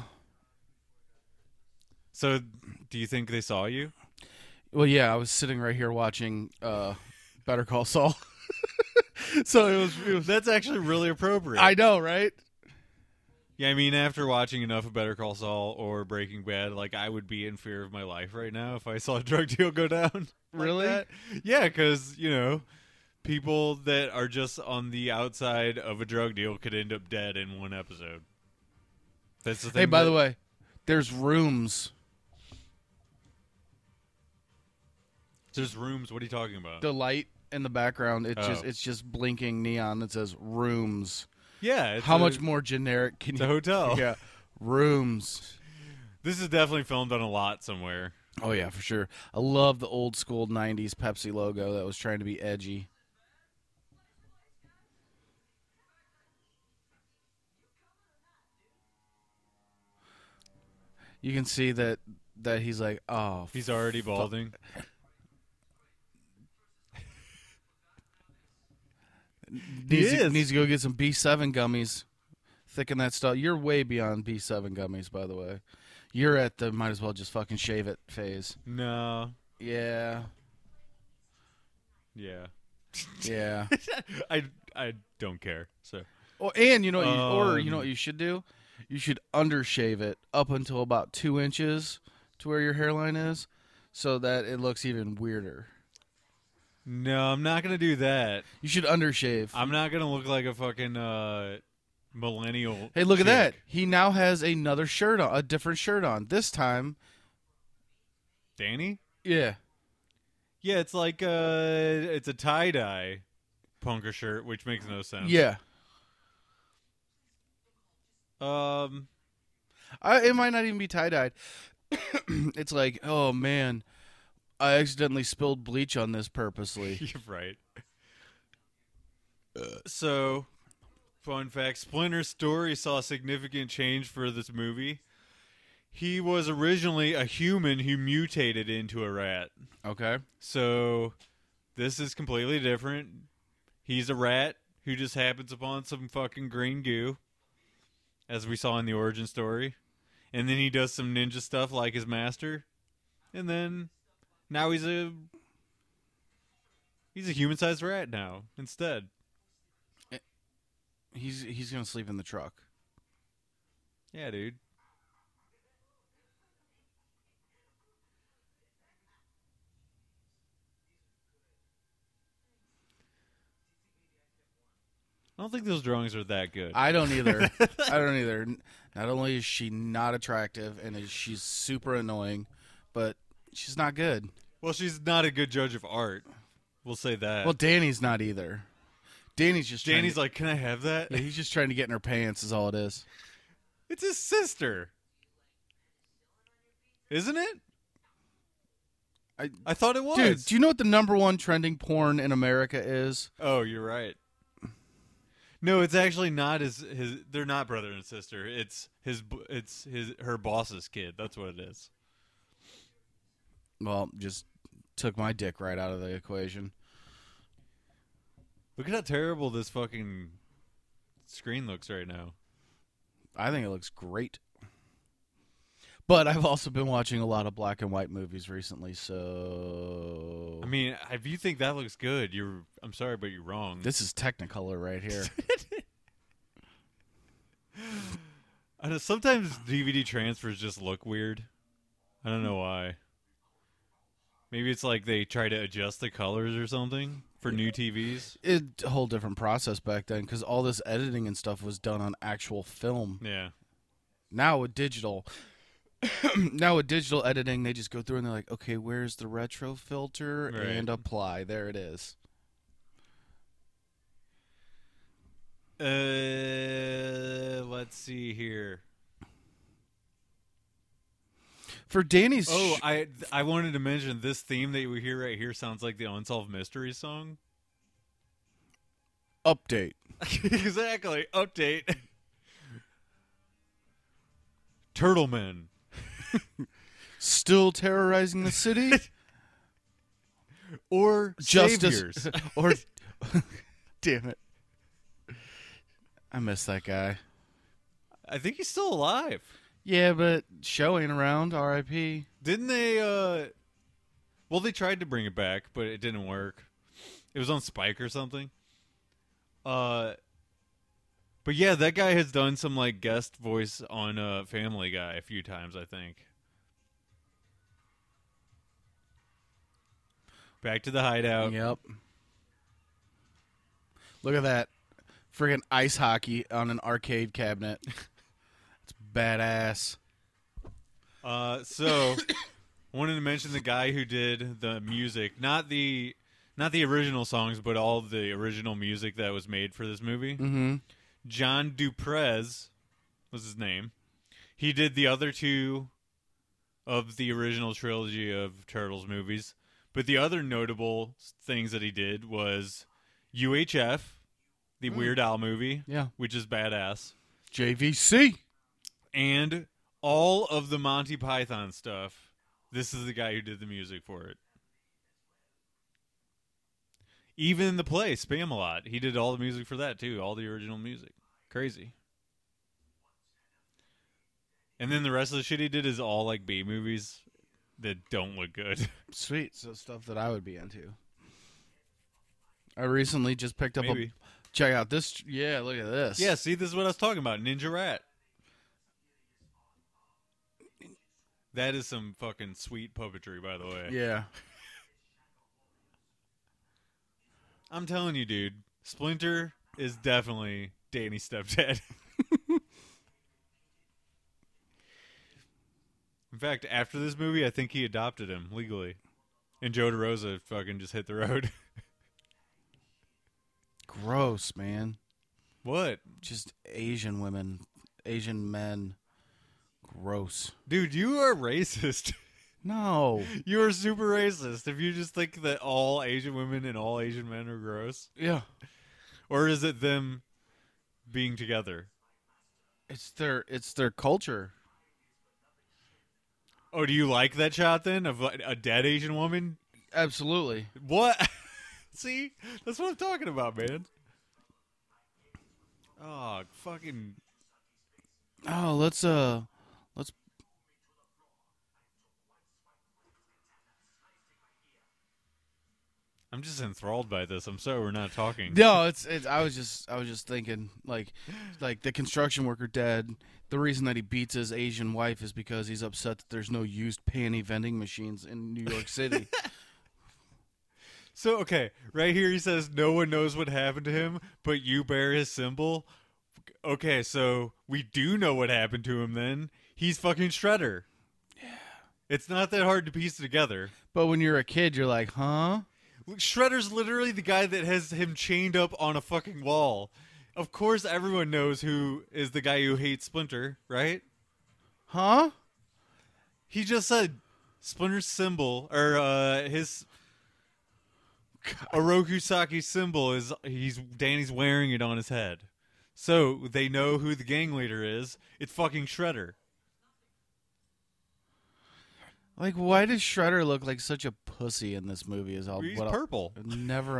[SPEAKER 1] So, do you think they saw you?
[SPEAKER 2] Well, yeah, I was sitting right here watching uh, Better Call Saul. so it was, it was.
[SPEAKER 1] That's actually really appropriate.
[SPEAKER 2] I know, right?
[SPEAKER 1] yeah, I mean, after watching enough of Better Call Saul or Breaking Bad, like I would be in fear of my life right now if I saw a drug deal go down. like
[SPEAKER 2] Really?
[SPEAKER 1] that. Yeah, because you know, people that are just on the outside of a drug deal could end up dead in one episode. That's the thing.
[SPEAKER 2] Hey, by
[SPEAKER 1] that-
[SPEAKER 2] the way, there's rooms.
[SPEAKER 1] There's rooms. What are you talking about?
[SPEAKER 2] The light in the background, it's just
[SPEAKER 1] Oh.
[SPEAKER 2] it's just blinking neon that says rooms.
[SPEAKER 1] Yeah. It's
[SPEAKER 2] How
[SPEAKER 1] a-
[SPEAKER 2] much more generic can
[SPEAKER 1] It's
[SPEAKER 2] you?
[SPEAKER 1] a hotel.
[SPEAKER 2] Yeah, rooms.
[SPEAKER 1] This is definitely filmed on a lot somewhere.
[SPEAKER 2] Oh yeah, for sure. I love the old school '90s Pepsi logo that was trying to be edgy. You can see that that he's like, oh,
[SPEAKER 1] He's already balding.
[SPEAKER 2] needs, To,
[SPEAKER 1] is.
[SPEAKER 2] needs to go get some B7 gummies. Thicken that stuff. You're way beyond B7 gummies, by the way. You're at the might as well just fucking shave it phase.
[SPEAKER 1] No.
[SPEAKER 2] Yeah,
[SPEAKER 1] Yeah.
[SPEAKER 2] yeah.
[SPEAKER 1] I I don't care. So
[SPEAKER 2] Or and you know, what you, or you know
[SPEAKER 1] Um,
[SPEAKER 2] what you should do? You should undershave it up until about two inches to where your hairline is, so that it looks even weirder.
[SPEAKER 1] no, I'm not gonna do that.
[SPEAKER 2] You should undershave.
[SPEAKER 1] I'm not gonna look like a fucking uh, millennial.
[SPEAKER 2] hey, look
[SPEAKER 1] chick.
[SPEAKER 2] at that! He now has another shirt on, a different shirt on. This time,
[SPEAKER 1] Danny.
[SPEAKER 2] yeah,
[SPEAKER 1] Yeah, it's like uh, it's a tie dye punker shirt, which makes no sense.
[SPEAKER 2] yeah.
[SPEAKER 1] Um.
[SPEAKER 2] I, it might not even be tie dyed. it's like, oh man, I accidentally spilled bleach on this purposely.
[SPEAKER 1] You're right. So, fun fact Splinter's story saw significant change for this movie. He was originally a human who mutated into a rat.
[SPEAKER 2] Okay.
[SPEAKER 1] So, this is completely different. He's a rat who just happens upon some fucking green goo, as we saw in the origin story. And then he does some ninja stuff like his master. And then now he's a he's a human sized rat now instead.
[SPEAKER 2] He's he's gonna sleep in the truck.
[SPEAKER 1] Yeah, dude. I don't think those drawings are that good.
[SPEAKER 2] I don't either. I don't either. Not only is she not attractive and is, she's super annoying, but she's not good.
[SPEAKER 1] well, she's not a good judge of art. We'll say that.
[SPEAKER 2] Well, Danny's not either. Danny's just trying
[SPEAKER 1] Uh, Danny's
[SPEAKER 2] to,
[SPEAKER 1] like, "Can I have that?"
[SPEAKER 2] yeah, he's just trying to get in her pants is all it is.
[SPEAKER 1] It's his sister, isn't it?
[SPEAKER 2] I-
[SPEAKER 1] I thought it was.
[SPEAKER 2] Dude, do you know what the number one trending porn in America is?
[SPEAKER 1] Oh, you're right. No, it's actually not his. His they're not brother and sister. It's his. b- It's his. Her boss's kid. That's what it is.
[SPEAKER 2] Well, just took my dick right out of the equation.
[SPEAKER 1] Look at how terrible this fucking screen looks right now.
[SPEAKER 2] I think it looks great. But I've also been watching a lot of black and white movies recently, so
[SPEAKER 1] I mean, if you think that looks good, you're. I'm sorry, but you're wrong.
[SPEAKER 2] this is Technicolor right here.
[SPEAKER 1] I know sometimes DVD transfers just look weird. I don't know why. Maybe it's like they try to adjust the colors or something for new TVs.
[SPEAKER 2] it a whole different process back then because all this editing and stuff was done on actual film.
[SPEAKER 1] Yeah.
[SPEAKER 2] Now with digital, now with digital editing, they just go through and they're like, okay, where's the retro filter
[SPEAKER 1] Right.
[SPEAKER 2] and apply? There it is.
[SPEAKER 1] Uh, let's see here.
[SPEAKER 2] For Danny's,
[SPEAKER 1] Oh,
[SPEAKER 2] sh-
[SPEAKER 1] I th- I wanted to mention this theme that we hear right here sounds like the Unsolved Mysteries song.
[SPEAKER 2] update.
[SPEAKER 1] exactly. Update. Turtleman.
[SPEAKER 2] Still terrorizing the city.
[SPEAKER 1] Or
[SPEAKER 2] Justice
[SPEAKER 1] saviors.
[SPEAKER 2] or damn it. I miss that guy.
[SPEAKER 1] I think he's still alive.
[SPEAKER 2] Yeah, but show ain't around. R.I.P.
[SPEAKER 1] Didn't they uh Well they tried to bring it back, but it didn't work. It was on Spike or something. Uh But yeah, that guy has done some like guest voice on uh Family Guy a few times, I think. Back to the hideout.
[SPEAKER 2] Yep. Look at that. Friggin' ice hockey on an arcade cabinet. it's badass.
[SPEAKER 1] Uh, so wanted to mention the guy who did the music, not the not the original songs, but all the original music that was made for this movie.
[SPEAKER 2] Mm-hmm.
[SPEAKER 1] John Duprez was his name. He did the other two of the original trilogy of Turtles movies. But the other notable s- things that he did was UHF, the Weird Al movie,
[SPEAKER 2] Yeah.
[SPEAKER 1] which is badass,
[SPEAKER 2] JVC.
[SPEAKER 1] and all of the Monty Python stuff. This is the guy who did the music for it. Even the play Spam a Lot, he did all the music for that too, all the original music. Crazy. And then the rest of the shit he did is all like B movies that don't look good.
[SPEAKER 2] Sweet. So stuff that I would be into. I recently just picked up
[SPEAKER 1] Maybe.
[SPEAKER 2] a. Check out this. Yeah, look at this.
[SPEAKER 1] Yeah, see, this is what I was talking about. Ninja Rat. That is some fucking sweet puppetry, by the way.
[SPEAKER 2] Yeah.
[SPEAKER 1] I'm telling you, dude, Splinter is definitely Danny's stepdad. In fact, after this movie, I think he adopted him legally. And Joe DeRosa fucking just hit the road.
[SPEAKER 2] Gross, man.
[SPEAKER 1] what?
[SPEAKER 2] Just Asian women, Asian men. Gross.
[SPEAKER 1] Dude, you are racist.
[SPEAKER 2] No.
[SPEAKER 1] you are super racist if you just think that all Asian women and all Asian men are gross.
[SPEAKER 2] Yeah.
[SPEAKER 1] or is it them being together?
[SPEAKER 2] It's their it's their culture.
[SPEAKER 1] Oh, do you like that shot then of like, a dead Asian woman?
[SPEAKER 2] Absolutely.
[SPEAKER 1] What? See, that's what I'm talking about, man. Oh, fucking
[SPEAKER 2] Oh, let's uh let's
[SPEAKER 1] I'm just enthralled by this. I'm sorry we're not talking.
[SPEAKER 2] No, it's it's I was just I was just thinking like like the construction worker dad, the reason that he beats his Asian wife is because he's upset that there's no used panty vending machines in New York City.
[SPEAKER 1] So, okay, right here he says no one knows what happened to him, but you bear his symbol. Okay, so we do know what happened to him then. He's fucking Shredder. Yeah. It's not that hard to piece together.
[SPEAKER 2] but when you're a kid, you're like, "Huh?"
[SPEAKER 1] Shredder's literally the guy that has him chained up on a fucking wall. Of course, everyone knows who is the guy who hates Splinter, right?
[SPEAKER 2] Huh?
[SPEAKER 1] He just said Splinter's symbol or uh, his Orokusaki symbol is he's Danny's wearing it on his head, so they know who the gang leader is. It's fucking Shredder.
[SPEAKER 2] Like why does Shredder look like such a pussy in this movie is all
[SPEAKER 1] He's
[SPEAKER 2] what I'll-
[SPEAKER 1] purple.
[SPEAKER 2] I never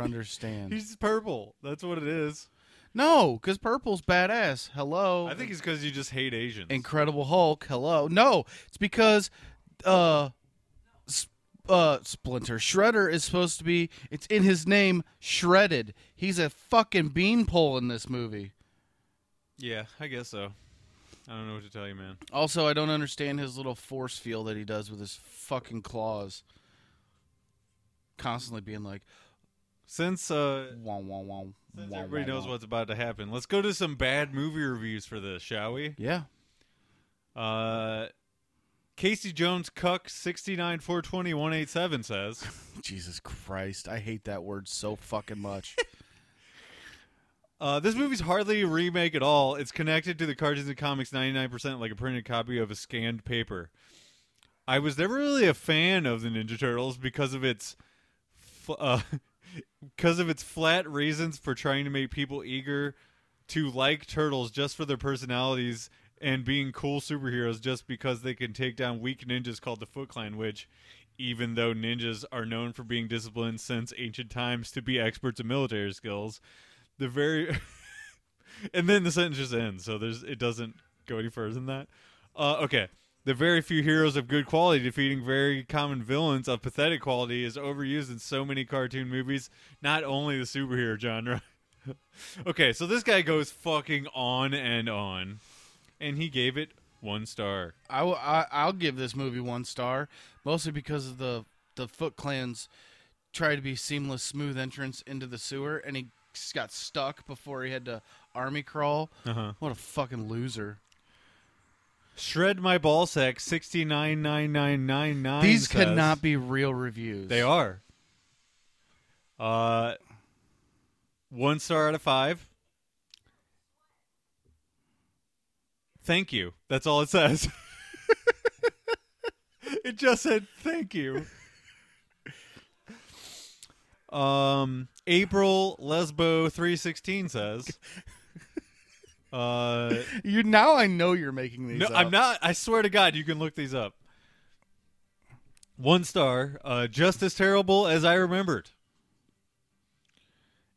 [SPEAKER 2] understand.
[SPEAKER 1] He's purple. That's what it is.
[SPEAKER 2] no, cuz purple's badass. Hello.
[SPEAKER 1] I think it's because you just hate Asians.
[SPEAKER 2] Incredible Hulk. Hello. No, it's because uh S- uh Splinter Shredder is supposed to be it's in his name shredded. He's a fucking beanpole in this movie.
[SPEAKER 1] yeah, I guess so. I don't know what to tell you, man.
[SPEAKER 2] Also, I don't understand his little force field that he does with his fucking claws. Constantly being like,
[SPEAKER 1] Since uh,
[SPEAKER 2] wah, wah, wah,
[SPEAKER 1] Since
[SPEAKER 2] wah,
[SPEAKER 1] everybody
[SPEAKER 2] wah,
[SPEAKER 1] knows
[SPEAKER 2] wah."
[SPEAKER 1] what's about to happen, let's go to some bad movie reviews for this, shall we?
[SPEAKER 2] Yeah.
[SPEAKER 1] Uh, Casey Jones Cuck 6942187 says,
[SPEAKER 2] Jesus Christ. I hate that word so fucking much.
[SPEAKER 1] uh, This movie's hardly a remake at all. It's connected to the cartoons and comics 99% like a printed copy of a scanned paper. I was never really a fan of the Ninja Turtles because of its. F- uh, because of its flat reasons for trying to make people eager to like turtles just for their personalities and being cool superheroes just because they can take down weak ninjas called the Foot Clan, which, even though ninjas are known for being disciplined since ancient times to be experts in military skills, the very. and then the sentence just ends, so there's it doesn't go any further than that. Uh, okay. The very few heroes of good quality defeating very common villains of pathetic quality is overused in so many cartoon movies, not only the superhero genre. Okay, so this guy goes fucking on and on, and he gave it one star.
[SPEAKER 2] I, w- I I'll give this movie one star, mostly because of the the Foot Clan's try to be seamless, smooth entrance into the sewer, and he s- got stuck before he had to army crawl.
[SPEAKER 1] Uh-huh.
[SPEAKER 2] What a fucking loser!
[SPEAKER 1] Shred my ballsack sixty nine nine nine nine nine.
[SPEAKER 2] These could not be real reviews.
[SPEAKER 1] They are. Uh, one star out of five. thank you. That's all it says. it just said thank you. Um, April Lesbo three sixteen says. Uh,
[SPEAKER 2] You now I know you're making these.
[SPEAKER 1] no,
[SPEAKER 2] up.
[SPEAKER 1] I'm not. I swear to God, you can look these up. One star, uh, just as terrible as I remembered.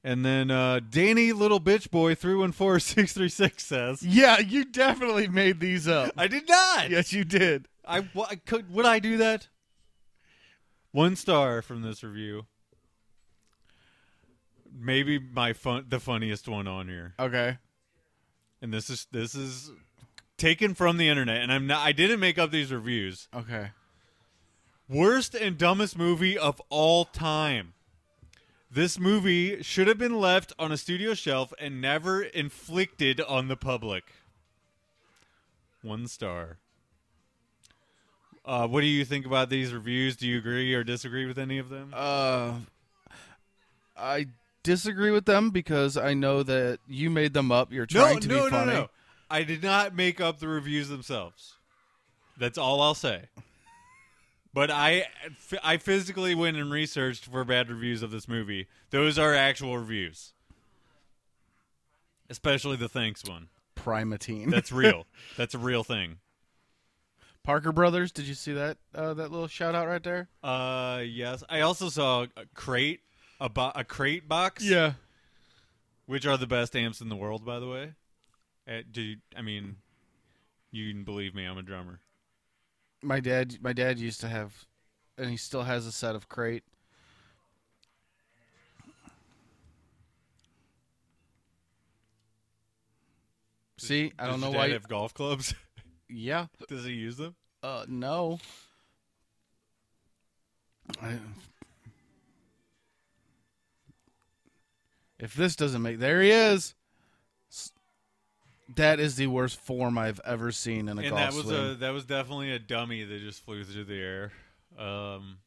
[SPEAKER 1] And then uh, Danny Little Bitch Boy three one four six three six says,
[SPEAKER 2] Yeah, you definitely made these up.
[SPEAKER 1] "I did not.
[SPEAKER 2] yes, you did.
[SPEAKER 1] I, wa- I could. Would I do that?" One star from this review. Maybe my fun, the funniest one on here.
[SPEAKER 2] Okay.
[SPEAKER 1] and this is this is taken from the internet and i'm not i didn't make up these reviews
[SPEAKER 2] Okay.
[SPEAKER 1] worst and dumbest movie of all time this movie should have been left on a studio shelf and never inflicted on the public one star uh, what do you think about these reviews do you agree or disagree with any of them
[SPEAKER 2] Uh, I disagree with them because I know that you made them up. You're trying to be funny.
[SPEAKER 1] I did not make up the reviews themselves. That's all I'll say. But I, I physically went and researched for bad reviews of this movie. Those are actual reviews, especially the thanks one.
[SPEAKER 2] Primatine.
[SPEAKER 1] That's real. That's a real thing.
[SPEAKER 2] Parker Brothers. Did you see that? Uh, that little shout out right there.
[SPEAKER 1] Uh, yes. I also saw a crate, a, bo- a crate box. which are the best amps in the world, by the way. Uh, do you, I mean, you can believe me, I'm a drummer.
[SPEAKER 2] My dad. My dad used to have, and he still has a set of crate. See, I don't
[SPEAKER 1] Does
[SPEAKER 2] know
[SPEAKER 1] your
[SPEAKER 2] why.
[SPEAKER 1] dad have golf clubs.
[SPEAKER 2] yeah.
[SPEAKER 1] Does he use them?
[SPEAKER 2] Uh, no. I- If this doesn't make, there he is. S- That is the worst form I've ever seen in a
[SPEAKER 1] and
[SPEAKER 2] golf
[SPEAKER 1] that was
[SPEAKER 2] swing.
[SPEAKER 1] a that was definitely a dummy that just flew through the air. Um,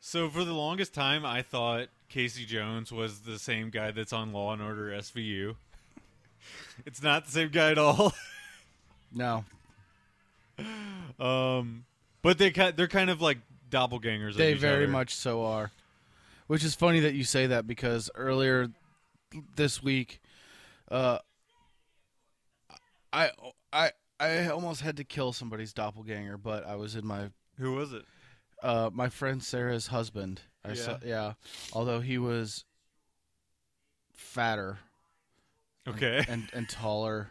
[SPEAKER 1] so for the longest time, I thought Casey Jones was the same guy that's on Law and Order SVU. It's not the same guy at all.
[SPEAKER 2] no,
[SPEAKER 1] Um, but they ki- they're kind of like doppelgangers. of
[SPEAKER 2] they
[SPEAKER 1] each
[SPEAKER 2] very
[SPEAKER 1] other.
[SPEAKER 2] much so are. Which is funny that you say that because earlier this week, uh, I I I almost had to kill somebody's doppelganger, but I was in my
[SPEAKER 1] Who was it?
[SPEAKER 2] uh, my friend Sarah's husband. I
[SPEAKER 1] Yeah.
[SPEAKER 2] saw, yeah. Although he was fatter
[SPEAKER 1] Okay,
[SPEAKER 2] and, and taller,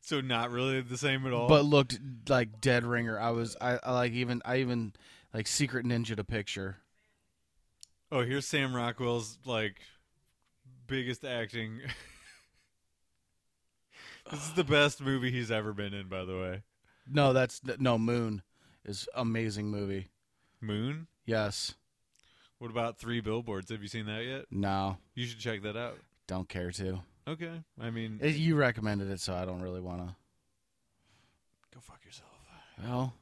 [SPEAKER 1] so not really the same at all.
[SPEAKER 2] but looked like dead ringer. I was I, I like even I even like secret ninja to picture.
[SPEAKER 1] Oh, here's Sam Rockwell's like biggest acting. this is the best movie he's ever been in, by the way.
[SPEAKER 2] No, that's no Moon is amazing movie.
[SPEAKER 1] Moon.
[SPEAKER 2] Yes.
[SPEAKER 1] What about Three Billboards? Have you seen that yet?
[SPEAKER 2] No.
[SPEAKER 1] You should check that out.
[SPEAKER 2] Don't care to.
[SPEAKER 1] Okay. I mean,
[SPEAKER 2] It, you recommended it, so I don't really want to.
[SPEAKER 1] go fuck yourself.
[SPEAKER 2] Well,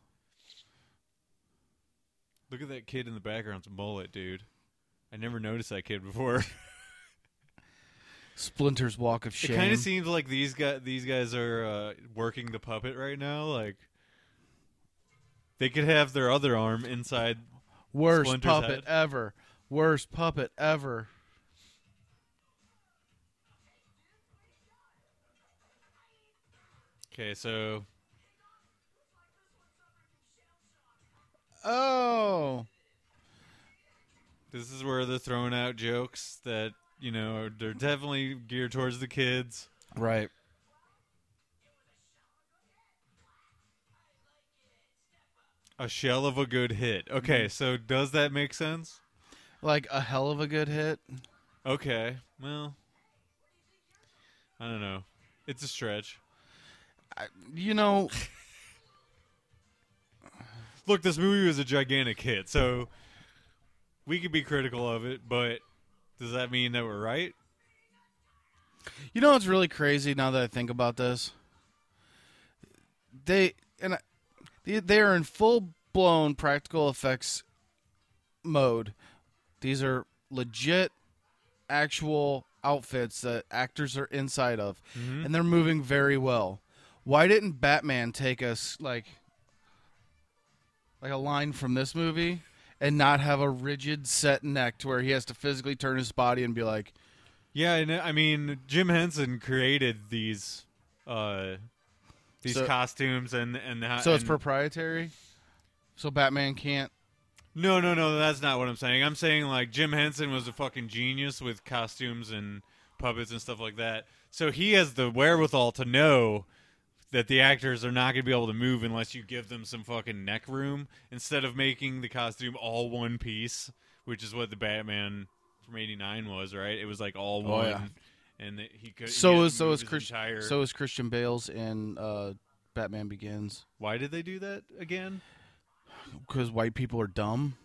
[SPEAKER 1] Look at that kid in the background's mullet, dude. I never noticed that kid before.
[SPEAKER 2] Splinter's Walk of
[SPEAKER 1] It
[SPEAKER 2] Shame.
[SPEAKER 1] kind of seems like these guys these guys are uh, working the puppet right now. Like they could have their other arm inside.
[SPEAKER 2] Worst
[SPEAKER 1] Splinter's
[SPEAKER 2] puppet
[SPEAKER 1] head.
[SPEAKER 2] ever. Worst puppet ever.
[SPEAKER 1] Okay, so
[SPEAKER 2] Oh.
[SPEAKER 1] This is where they're throwing out jokes that, you know, are- they're definitely geared towards the kids.
[SPEAKER 2] Right.
[SPEAKER 1] A shell of a good hit.
[SPEAKER 2] Mm-hmm.
[SPEAKER 1] Okay, so does that make sense?
[SPEAKER 2] Like a hell of a good hit.
[SPEAKER 1] Okay, well, I don't know. It's a stretch.
[SPEAKER 2] You know,
[SPEAKER 1] Look, this movie was a gigantic hit, so we could be critical of it, but does that mean that we're right?
[SPEAKER 2] you know what's really crazy now that I think about this? They and I, they, they are in full blown practical effects mode. These are legit, actual outfits that actors are inside of, and they're moving very well. Why didn't Batman take us like, like a line from this movie, and not have a rigid set neck to where he has to physically turn his body and be like,
[SPEAKER 1] Yeah, and uh, I mean Jim Henson created these uh these
[SPEAKER 2] So-
[SPEAKER 1] costumes and and how-
[SPEAKER 2] so it's
[SPEAKER 1] and-
[SPEAKER 2] proprietary, so Batman can't.
[SPEAKER 1] No, no, no, that's not what I'm saying. I'm saying like Jim Henson was a fucking genius with costumes and puppets and stuff like that. So he has the wherewithal to know that the actors are not going to be able to move unless you give them some fucking neck room instead of making the costume all one piece, which is what the Batman from 89 was, right? It was like all
[SPEAKER 2] Oh,
[SPEAKER 1] one,
[SPEAKER 2] yeah.
[SPEAKER 1] And that he could
[SPEAKER 2] So
[SPEAKER 1] he
[SPEAKER 2] is so
[SPEAKER 1] moved
[SPEAKER 2] is
[SPEAKER 1] his
[SPEAKER 2] Christian
[SPEAKER 1] entire-
[SPEAKER 2] so is Christian Bale's in uh, Batman Begins
[SPEAKER 1] why did they do that again?
[SPEAKER 2] because white people are dumb.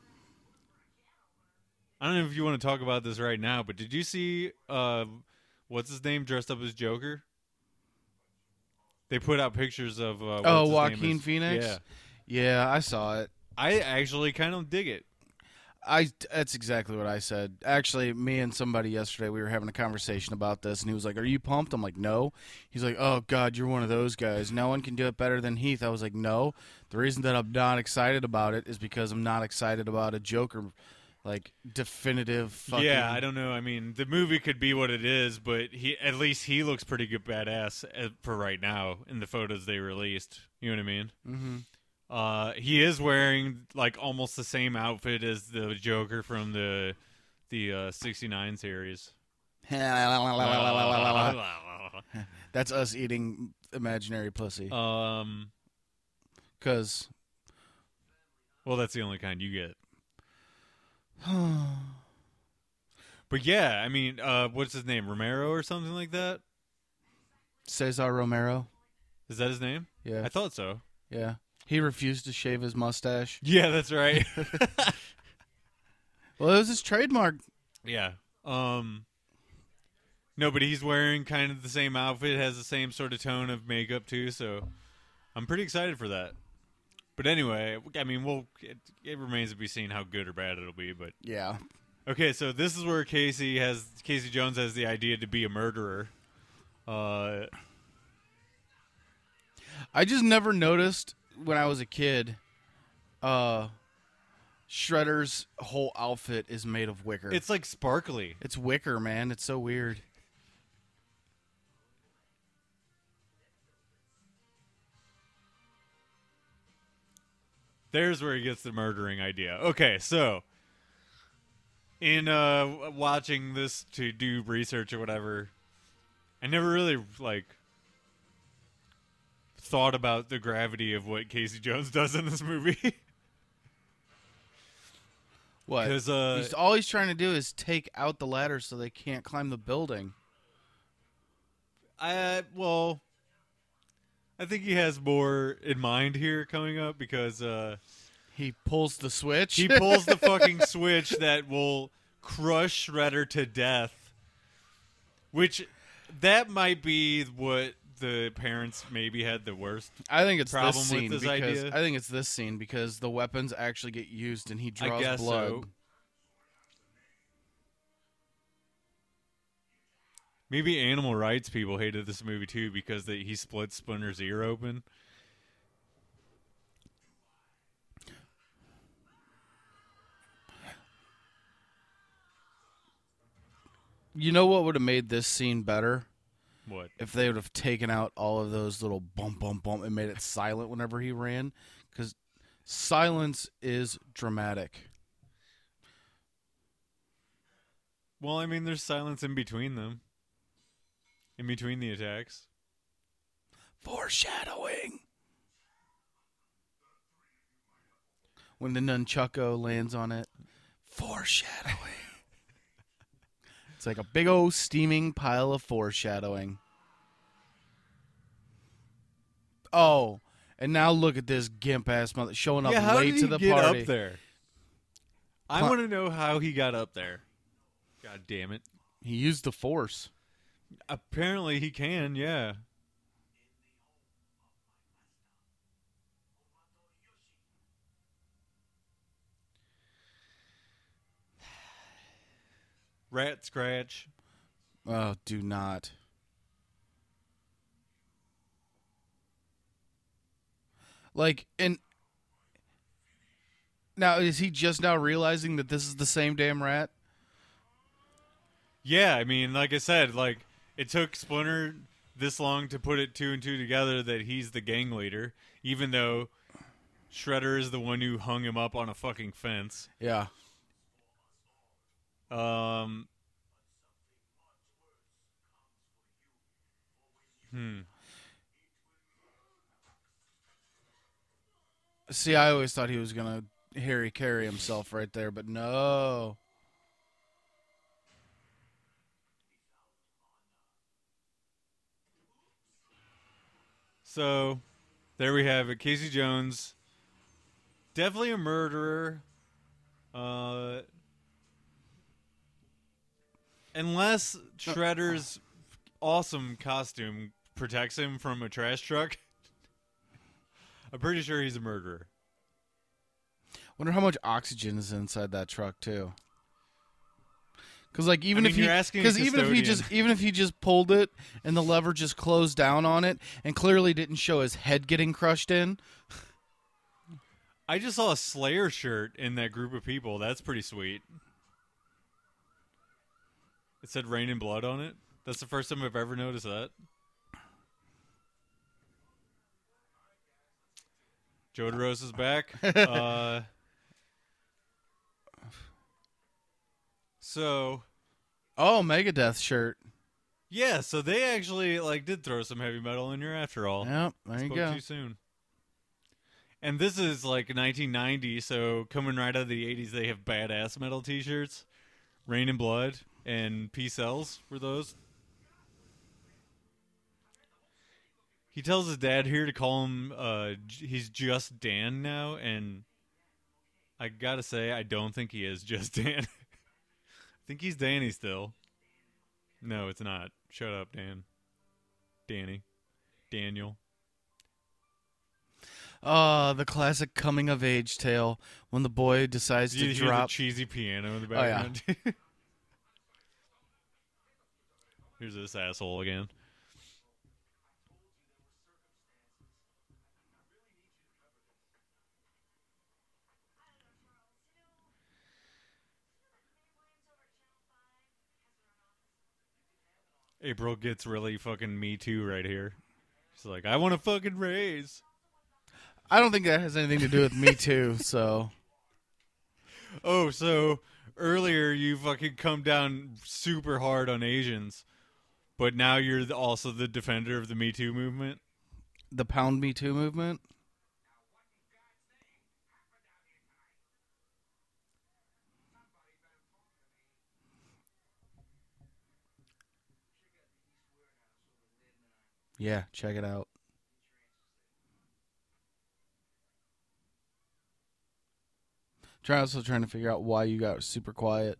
[SPEAKER 1] I don't know if you want to talk about this right now, but did you see uh, what's his name dressed up as Joker? They put out pictures of uh,
[SPEAKER 2] Oh,
[SPEAKER 1] what's his name
[SPEAKER 2] Joaquin
[SPEAKER 1] is-
[SPEAKER 2] Phoenix?
[SPEAKER 1] Yeah,
[SPEAKER 2] Yeah, I saw it.
[SPEAKER 1] I actually kind of dig it.
[SPEAKER 2] I that's exactly what I said. Actually, me and somebody yesterday we were having a conversation about this, and he was like, "Are you pumped?" I'm like, "No." He's like, "Oh God, you're one of those guys. No one can do it better than Heath." I was like, "No." The reason that I'm not excited about it is because I'm not excited about a Joker, like definitive. Fucking,
[SPEAKER 1] Yeah, I don't know. I mean, the movie could be what it is, but he at least he looks pretty good badass uh, for right now in the photos they released. You know what I mean?
[SPEAKER 2] hmm
[SPEAKER 1] Uh, he is wearing like almost the same outfit as the Joker from the the uh, '69 series. Uh,
[SPEAKER 2] That's us eating imaginary pussy.
[SPEAKER 1] Um,
[SPEAKER 2] Cause
[SPEAKER 1] Well, that's the only kind you get. But yeah, I mean, uh, what's his name? Romero or something like that?
[SPEAKER 2] Cesar Romero,
[SPEAKER 1] Is that his name?
[SPEAKER 2] yeah,
[SPEAKER 1] I thought so.
[SPEAKER 2] yeah, he refused to shave his mustache.
[SPEAKER 1] Yeah, that's right.
[SPEAKER 2] Well, it was his trademark.
[SPEAKER 1] yeah. Um No, but he's wearing kind of the same outfit, has the same sort of tone of makeup too, so I'm pretty excited for that. But anyway, I mean, we'll it, it remains to be seen how good or bad it'll be, but
[SPEAKER 2] Yeah.
[SPEAKER 1] Okay, so this is where Casey has Casey Jones has the idea to be a murderer. Uh
[SPEAKER 2] I just never noticed when I was a kid. Uh, Shredder's whole outfit is made of wicker.
[SPEAKER 1] it's like sparkly.
[SPEAKER 2] it's wicker, man. It's so weird.
[SPEAKER 1] There's where he gets the murdering idea. Okay, so in uh w- watching this to do research or whatever, I never really like thought about the gravity of what Casey Jones does in this movie
[SPEAKER 2] What?
[SPEAKER 1] because uh
[SPEAKER 2] he's, all he's trying to do is take out the ladder so they can't climb the building.
[SPEAKER 1] I well I think he has more in mind here coming up because uh
[SPEAKER 2] He pulls the switch.
[SPEAKER 1] He pulls the fucking switch that will crush Shredder to death. Which that might be what the parents maybe had the worst.
[SPEAKER 2] I think it's
[SPEAKER 1] problem
[SPEAKER 2] this
[SPEAKER 1] with
[SPEAKER 2] scene
[SPEAKER 1] this
[SPEAKER 2] because
[SPEAKER 1] idea.
[SPEAKER 2] I think it's this scene because the weapons actually get used and he draws
[SPEAKER 1] I guess
[SPEAKER 2] blood.
[SPEAKER 1] so. Maybe animal rights people hated this movie too because they, he split Splinter's ear open.
[SPEAKER 2] You know what would have made this scene better?
[SPEAKER 1] What?
[SPEAKER 2] if they would have taken out all of those little bump bump bump and made it silent whenever he ran because silence is dramatic
[SPEAKER 1] Well, I mean, there's silence in between them, in between the attacks.
[SPEAKER 2] foreshadowing when the nunchucko lands on it foreshadowing it's like a big old steaming pile of foreshadowing oh and now look at this gimp ass mother showing up
[SPEAKER 1] yeah, how
[SPEAKER 2] late
[SPEAKER 1] did
[SPEAKER 2] to
[SPEAKER 1] he
[SPEAKER 2] the
[SPEAKER 1] get
[SPEAKER 2] party
[SPEAKER 1] up there? I
[SPEAKER 2] Cli-
[SPEAKER 1] want to know how he got up there. God damn it.
[SPEAKER 2] he used the force
[SPEAKER 1] Apparently he can, yeah. Rat Scratch.
[SPEAKER 2] Oh, do not. Like and now is he just now realizing that this is the same damn rat?
[SPEAKER 1] Yeah, I mean, like I said, like it took Splinter this long to put it two and two together that he's the gang leader, even though Shredder is the one who hung him up on a fucking fence.
[SPEAKER 2] Yeah.
[SPEAKER 1] Um. Hmm.
[SPEAKER 2] See, I always thought he was gonna Harry carry himself right there, but no.
[SPEAKER 1] So, there we have it. Casey Jones, definitely a murderer. Uh, unless Shredder's awesome costume protects him from a trash truck, I'm pretty sure he's a murderer.
[SPEAKER 2] Wonder how much oxygen is inside that truck too. Because like even
[SPEAKER 1] mean,
[SPEAKER 2] if he,
[SPEAKER 1] you're asking a
[SPEAKER 2] because even if he
[SPEAKER 1] custodian.
[SPEAKER 2] just even if he just pulled it and the lever just closed down on it and clearly didn't show his head getting crushed in.
[SPEAKER 1] I just saw a Slayer shirt in that group of people. That's pretty sweet. It said Rain and Blood on it. That's the first time I've ever noticed that. Joe DeRose is back. uh, so,
[SPEAKER 2] Oh, Megadeth shirt.
[SPEAKER 1] yeah, so they actually like did throw some heavy metal in here after all.
[SPEAKER 2] Yep, there you
[SPEAKER 1] Spoke
[SPEAKER 2] go.
[SPEAKER 1] too soon. And this is like 1990, so coming right out of the 80s, they have badass metal T-shirts. Rain and Blood and Peace Cells were those. He tells his dad here to call him. Uh, j- he's just Dan now, and I gotta say, I don't think he is just Dan. I think he's Danny still. No, it's not. Shut up, Dan. Danny, Daniel.
[SPEAKER 2] Ah, the classic coming of age tale when the boy decides
[SPEAKER 1] Did you
[SPEAKER 2] to
[SPEAKER 1] hear the
[SPEAKER 2] drop.
[SPEAKER 1] cheesy piano in the
[SPEAKER 2] Oh, yeah.
[SPEAKER 1] background? Here's this asshole again. April gets really fucking me too right here. She's like, I want a fucking raise.
[SPEAKER 2] I don't think that has anything to do with me too. So
[SPEAKER 1] Oh, so earlier you fucking come down super hard on Asians, but now you're the, also the defender of the Me Too movement.
[SPEAKER 2] the pound me too movement. Yeah, check it out. Try also trying to figure out why you got super quiet.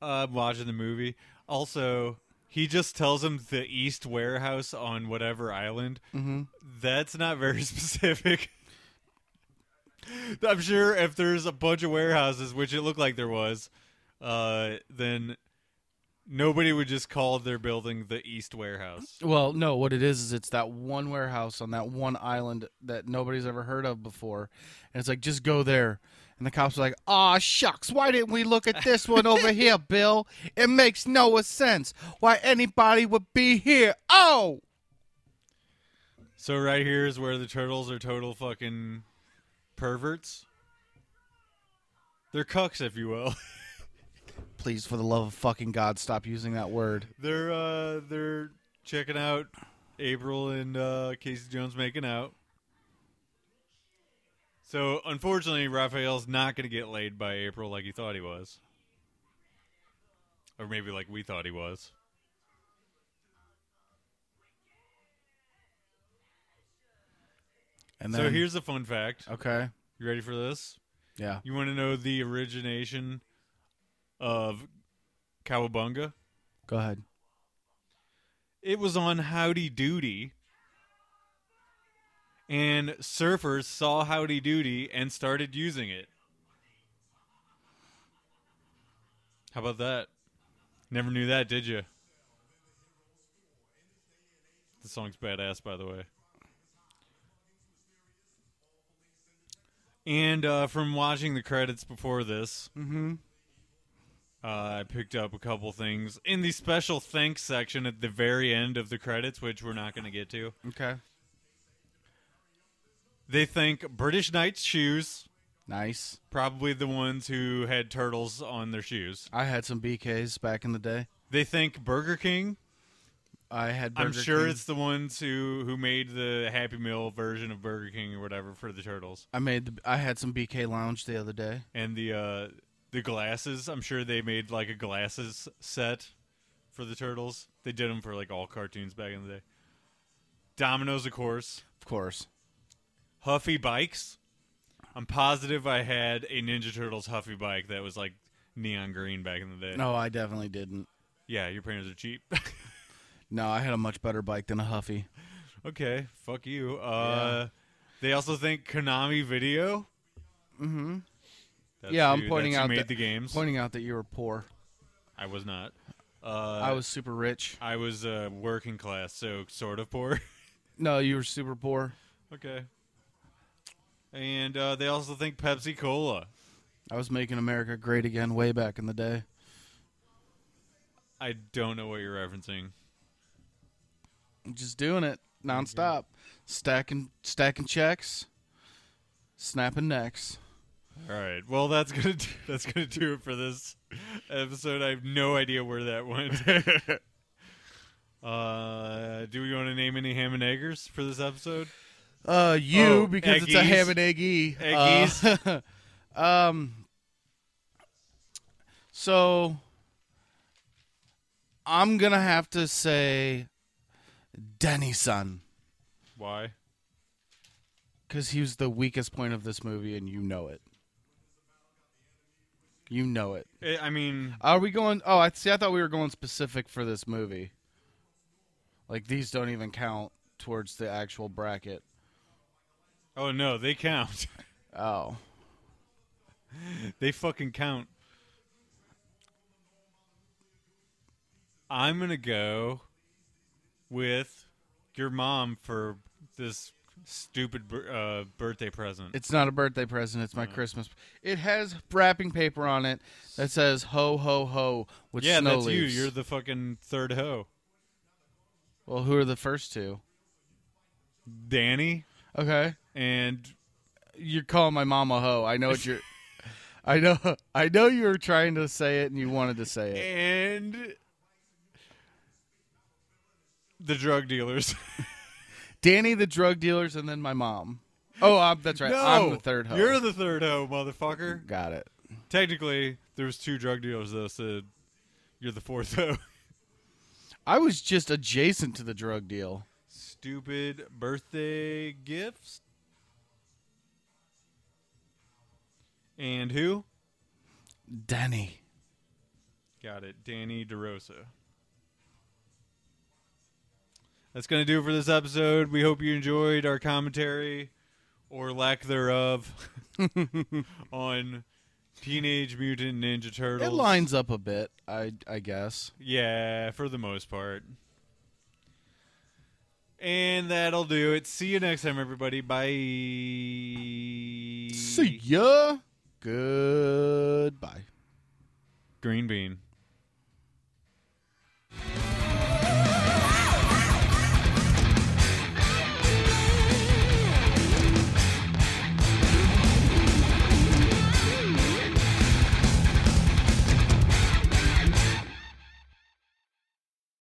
[SPEAKER 1] Uh, I'm watching the movie. Also, he just tells him the East Warehouse on whatever island.
[SPEAKER 2] Mm-hmm.
[SPEAKER 1] That's not very specific. I'm sure if there's a bunch of warehouses, which it looked like there was, uh, then nobody would just call their building the East Warehouse.
[SPEAKER 2] Well, no, what it is is it's that one warehouse on that one island that nobody's ever heard of before. And it's like, just go there. And the cops are like, aw, shucks, why didn't we look at this one over here, Bill? It makes no sense why anybody would be here. Oh!
[SPEAKER 1] So right here is where the turtles are total fucking perverts. They're cucks, if you will.
[SPEAKER 2] Please, for the love of fucking God, stop using that word.
[SPEAKER 1] they're uh they're checking out April and uh Casey Jones making out. So unfortunately Raphael's not gonna get laid by April like he thought he was. Or maybe like we thought he was.
[SPEAKER 2] And Oh.
[SPEAKER 1] so here's a fun fact.
[SPEAKER 2] Okay.
[SPEAKER 1] You ready for this?
[SPEAKER 2] Yeah.
[SPEAKER 1] You want to know the origination of Cowabunga?
[SPEAKER 2] Go ahead.
[SPEAKER 1] It was on Howdy Doody. And surfers saw Howdy Doody and started using it. How about that? Never knew that, did you? The song's badass, by the way. And uh, from watching the credits before this,
[SPEAKER 2] Mm-hmm.
[SPEAKER 1] uh, I picked up a couple things in the special thanks section at the very end of the credits, which we're not going to get to.
[SPEAKER 2] Okay.
[SPEAKER 1] They thank British Knights Shoes,
[SPEAKER 2] Nice.
[SPEAKER 1] probably the ones who had turtles on their shoes.
[SPEAKER 2] I had some BKs back in the day.
[SPEAKER 1] They thank Burger King.
[SPEAKER 2] I had.
[SPEAKER 1] I'm
[SPEAKER 2] Burger
[SPEAKER 1] sure
[SPEAKER 2] King.
[SPEAKER 1] it's the ones who who made the Happy Meal version of Burger King or whatever for the turtles
[SPEAKER 2] I made. The, I had some BK Lounge the other day.
[SPEAKER 1] and the uh, the glasses. I'm sure they made like a glasses set for the turtles. They did them for like all cartoons back in the day. Domino's, of course.
[SPEAKER 2] Of course.
[SPEAKER 1] Huffy bikes. I'm positive I had a Ninja Turtles Huffy bike that was like neon green back in the day.
[SPEAKER 2] No, I definitely didn't.
[SPEAKER 1] Yeah, your parents are cheap.
[SPEAKER 2] No, I had a much better bike than a Huffy.
[SPEAKER 1] Okay, fuck you. Uh, They also think Konami Video.
[SPEAKER 2] Mm-hmm.
[SPEAKER 1] That's
[SPEAKER 2] Yeah, I'm
[SPEAKER 1] who-
[SPEAKER 2] pointing
[SPEAKER 1] that's who
[SPEAKER 2] out
[SPEAKER 1] made
[SPEAKER 2] that-
[SPEAKER 1] the games.
[SPEAKER 2] Pointing out that you were poor.
[SPEAKER 1] I was not. Uh,
[SPEAKER 2] I was super rich.
[SPEAKER 1] I was uh, working class, so sort of poor.
[SPEAKER 2] No, you were super poor.
[SPEAKER 1] okay. And uh, they also think Pepsi Cola.
[SPEAKER 2] I was making America great again way back in the day.
[SPEAKER 1] I don't know what you're referencing.
[SPEAKER 2] Just doing it nonstop, stacking stacking checks, snapping necks.
[SPEAKER 1] All right. Well, that's gonna do, that's gonna do it for this episode. I have no idea where that went. uh, do we want to name any ham and eggers for this episode?
[SPEAKER 2] Uh, you
[SPEAKER 1] Oh,
[SPEAKER 2] because it's a
[SPEAKER 1] eggies.
[SPEAKER 2] ham and eggy.
[SPEAKER 1] Eggies.
[SPEAKER 2] Uh, um. So I'm gonna have to say Danny Sun
[SPEAKER 1] Why?
[SPEAKER 2] because he was the weakest point of this movie, and you know it. You know it.
[SPEAKER 1] Eh, I mean,
[SPEAKER 2] Are we going? Oh, I see. I thought we were going specific for this movie. Like these don't even count towards the actual bracket.
[SPEAKER 1] Oh no, they count.
[SPEAKER 2] Oh,
[SPEAKER 1] they fucking count. I'm gonna go with your mom for this stupid bir- uh, birthday present.
[SPEAKER 2] it's not a birthday present. It's my Christmas. It has wrapping paper on it that says "Ho ho ho" with
[SPEAKER 1] yeah,
[SPEAKER 2] snow
[SPEAKER 1] that's
[SPEAKER 2] leaves.
[SPEAKER 1] you. You're the fucking third hoe,
[SPEAKER 2] well, who are the first two?
[SPEAKER 1] Danny,
[SPEAKER 2] Okay,
[SPEAKER 1] and
[SPEAKER 2] you're calling my mom a hoe. I know what you're. I know. I know you were trying to say it, and you wanted to say it.
[SPEAKER 1] and the drug dealers.
[SPEAKER 2] Danny, the drug dealers, and then my mom. Oh, I'm, that's right.
[SPEAKER 1] no,
[SPEAKER 2] I'm the third hoe.
[SPEAKER 1] You're the third hoe, motherfucker.
[SPEAKER 2] Got it.
[SPEAKER 1] Technically, there was two drug dealers though, so you're the fourth though.
[SPEAKER 2] I was just adjacent to the drug deal.
[SPEAKER 1] Stupid birthday gifts. And who?
[SPEAKER 2] Danny.
[SPEAKER 1] Got it. Danny DeRosa. That's going to do it for this episode. We hope you enjoyed our commentary or lack thereof on Teenage Mutant Ninja Turtles.
[SPEAKER 2] It lines up a bit, I I guess.
[SPEAKER 1] Yeah, for the most part. And that'll do it. See you next time, everybody. Bye.
[SPEAKER 2] See ya. Goodbye.
[SPEAKER 1] Green bean.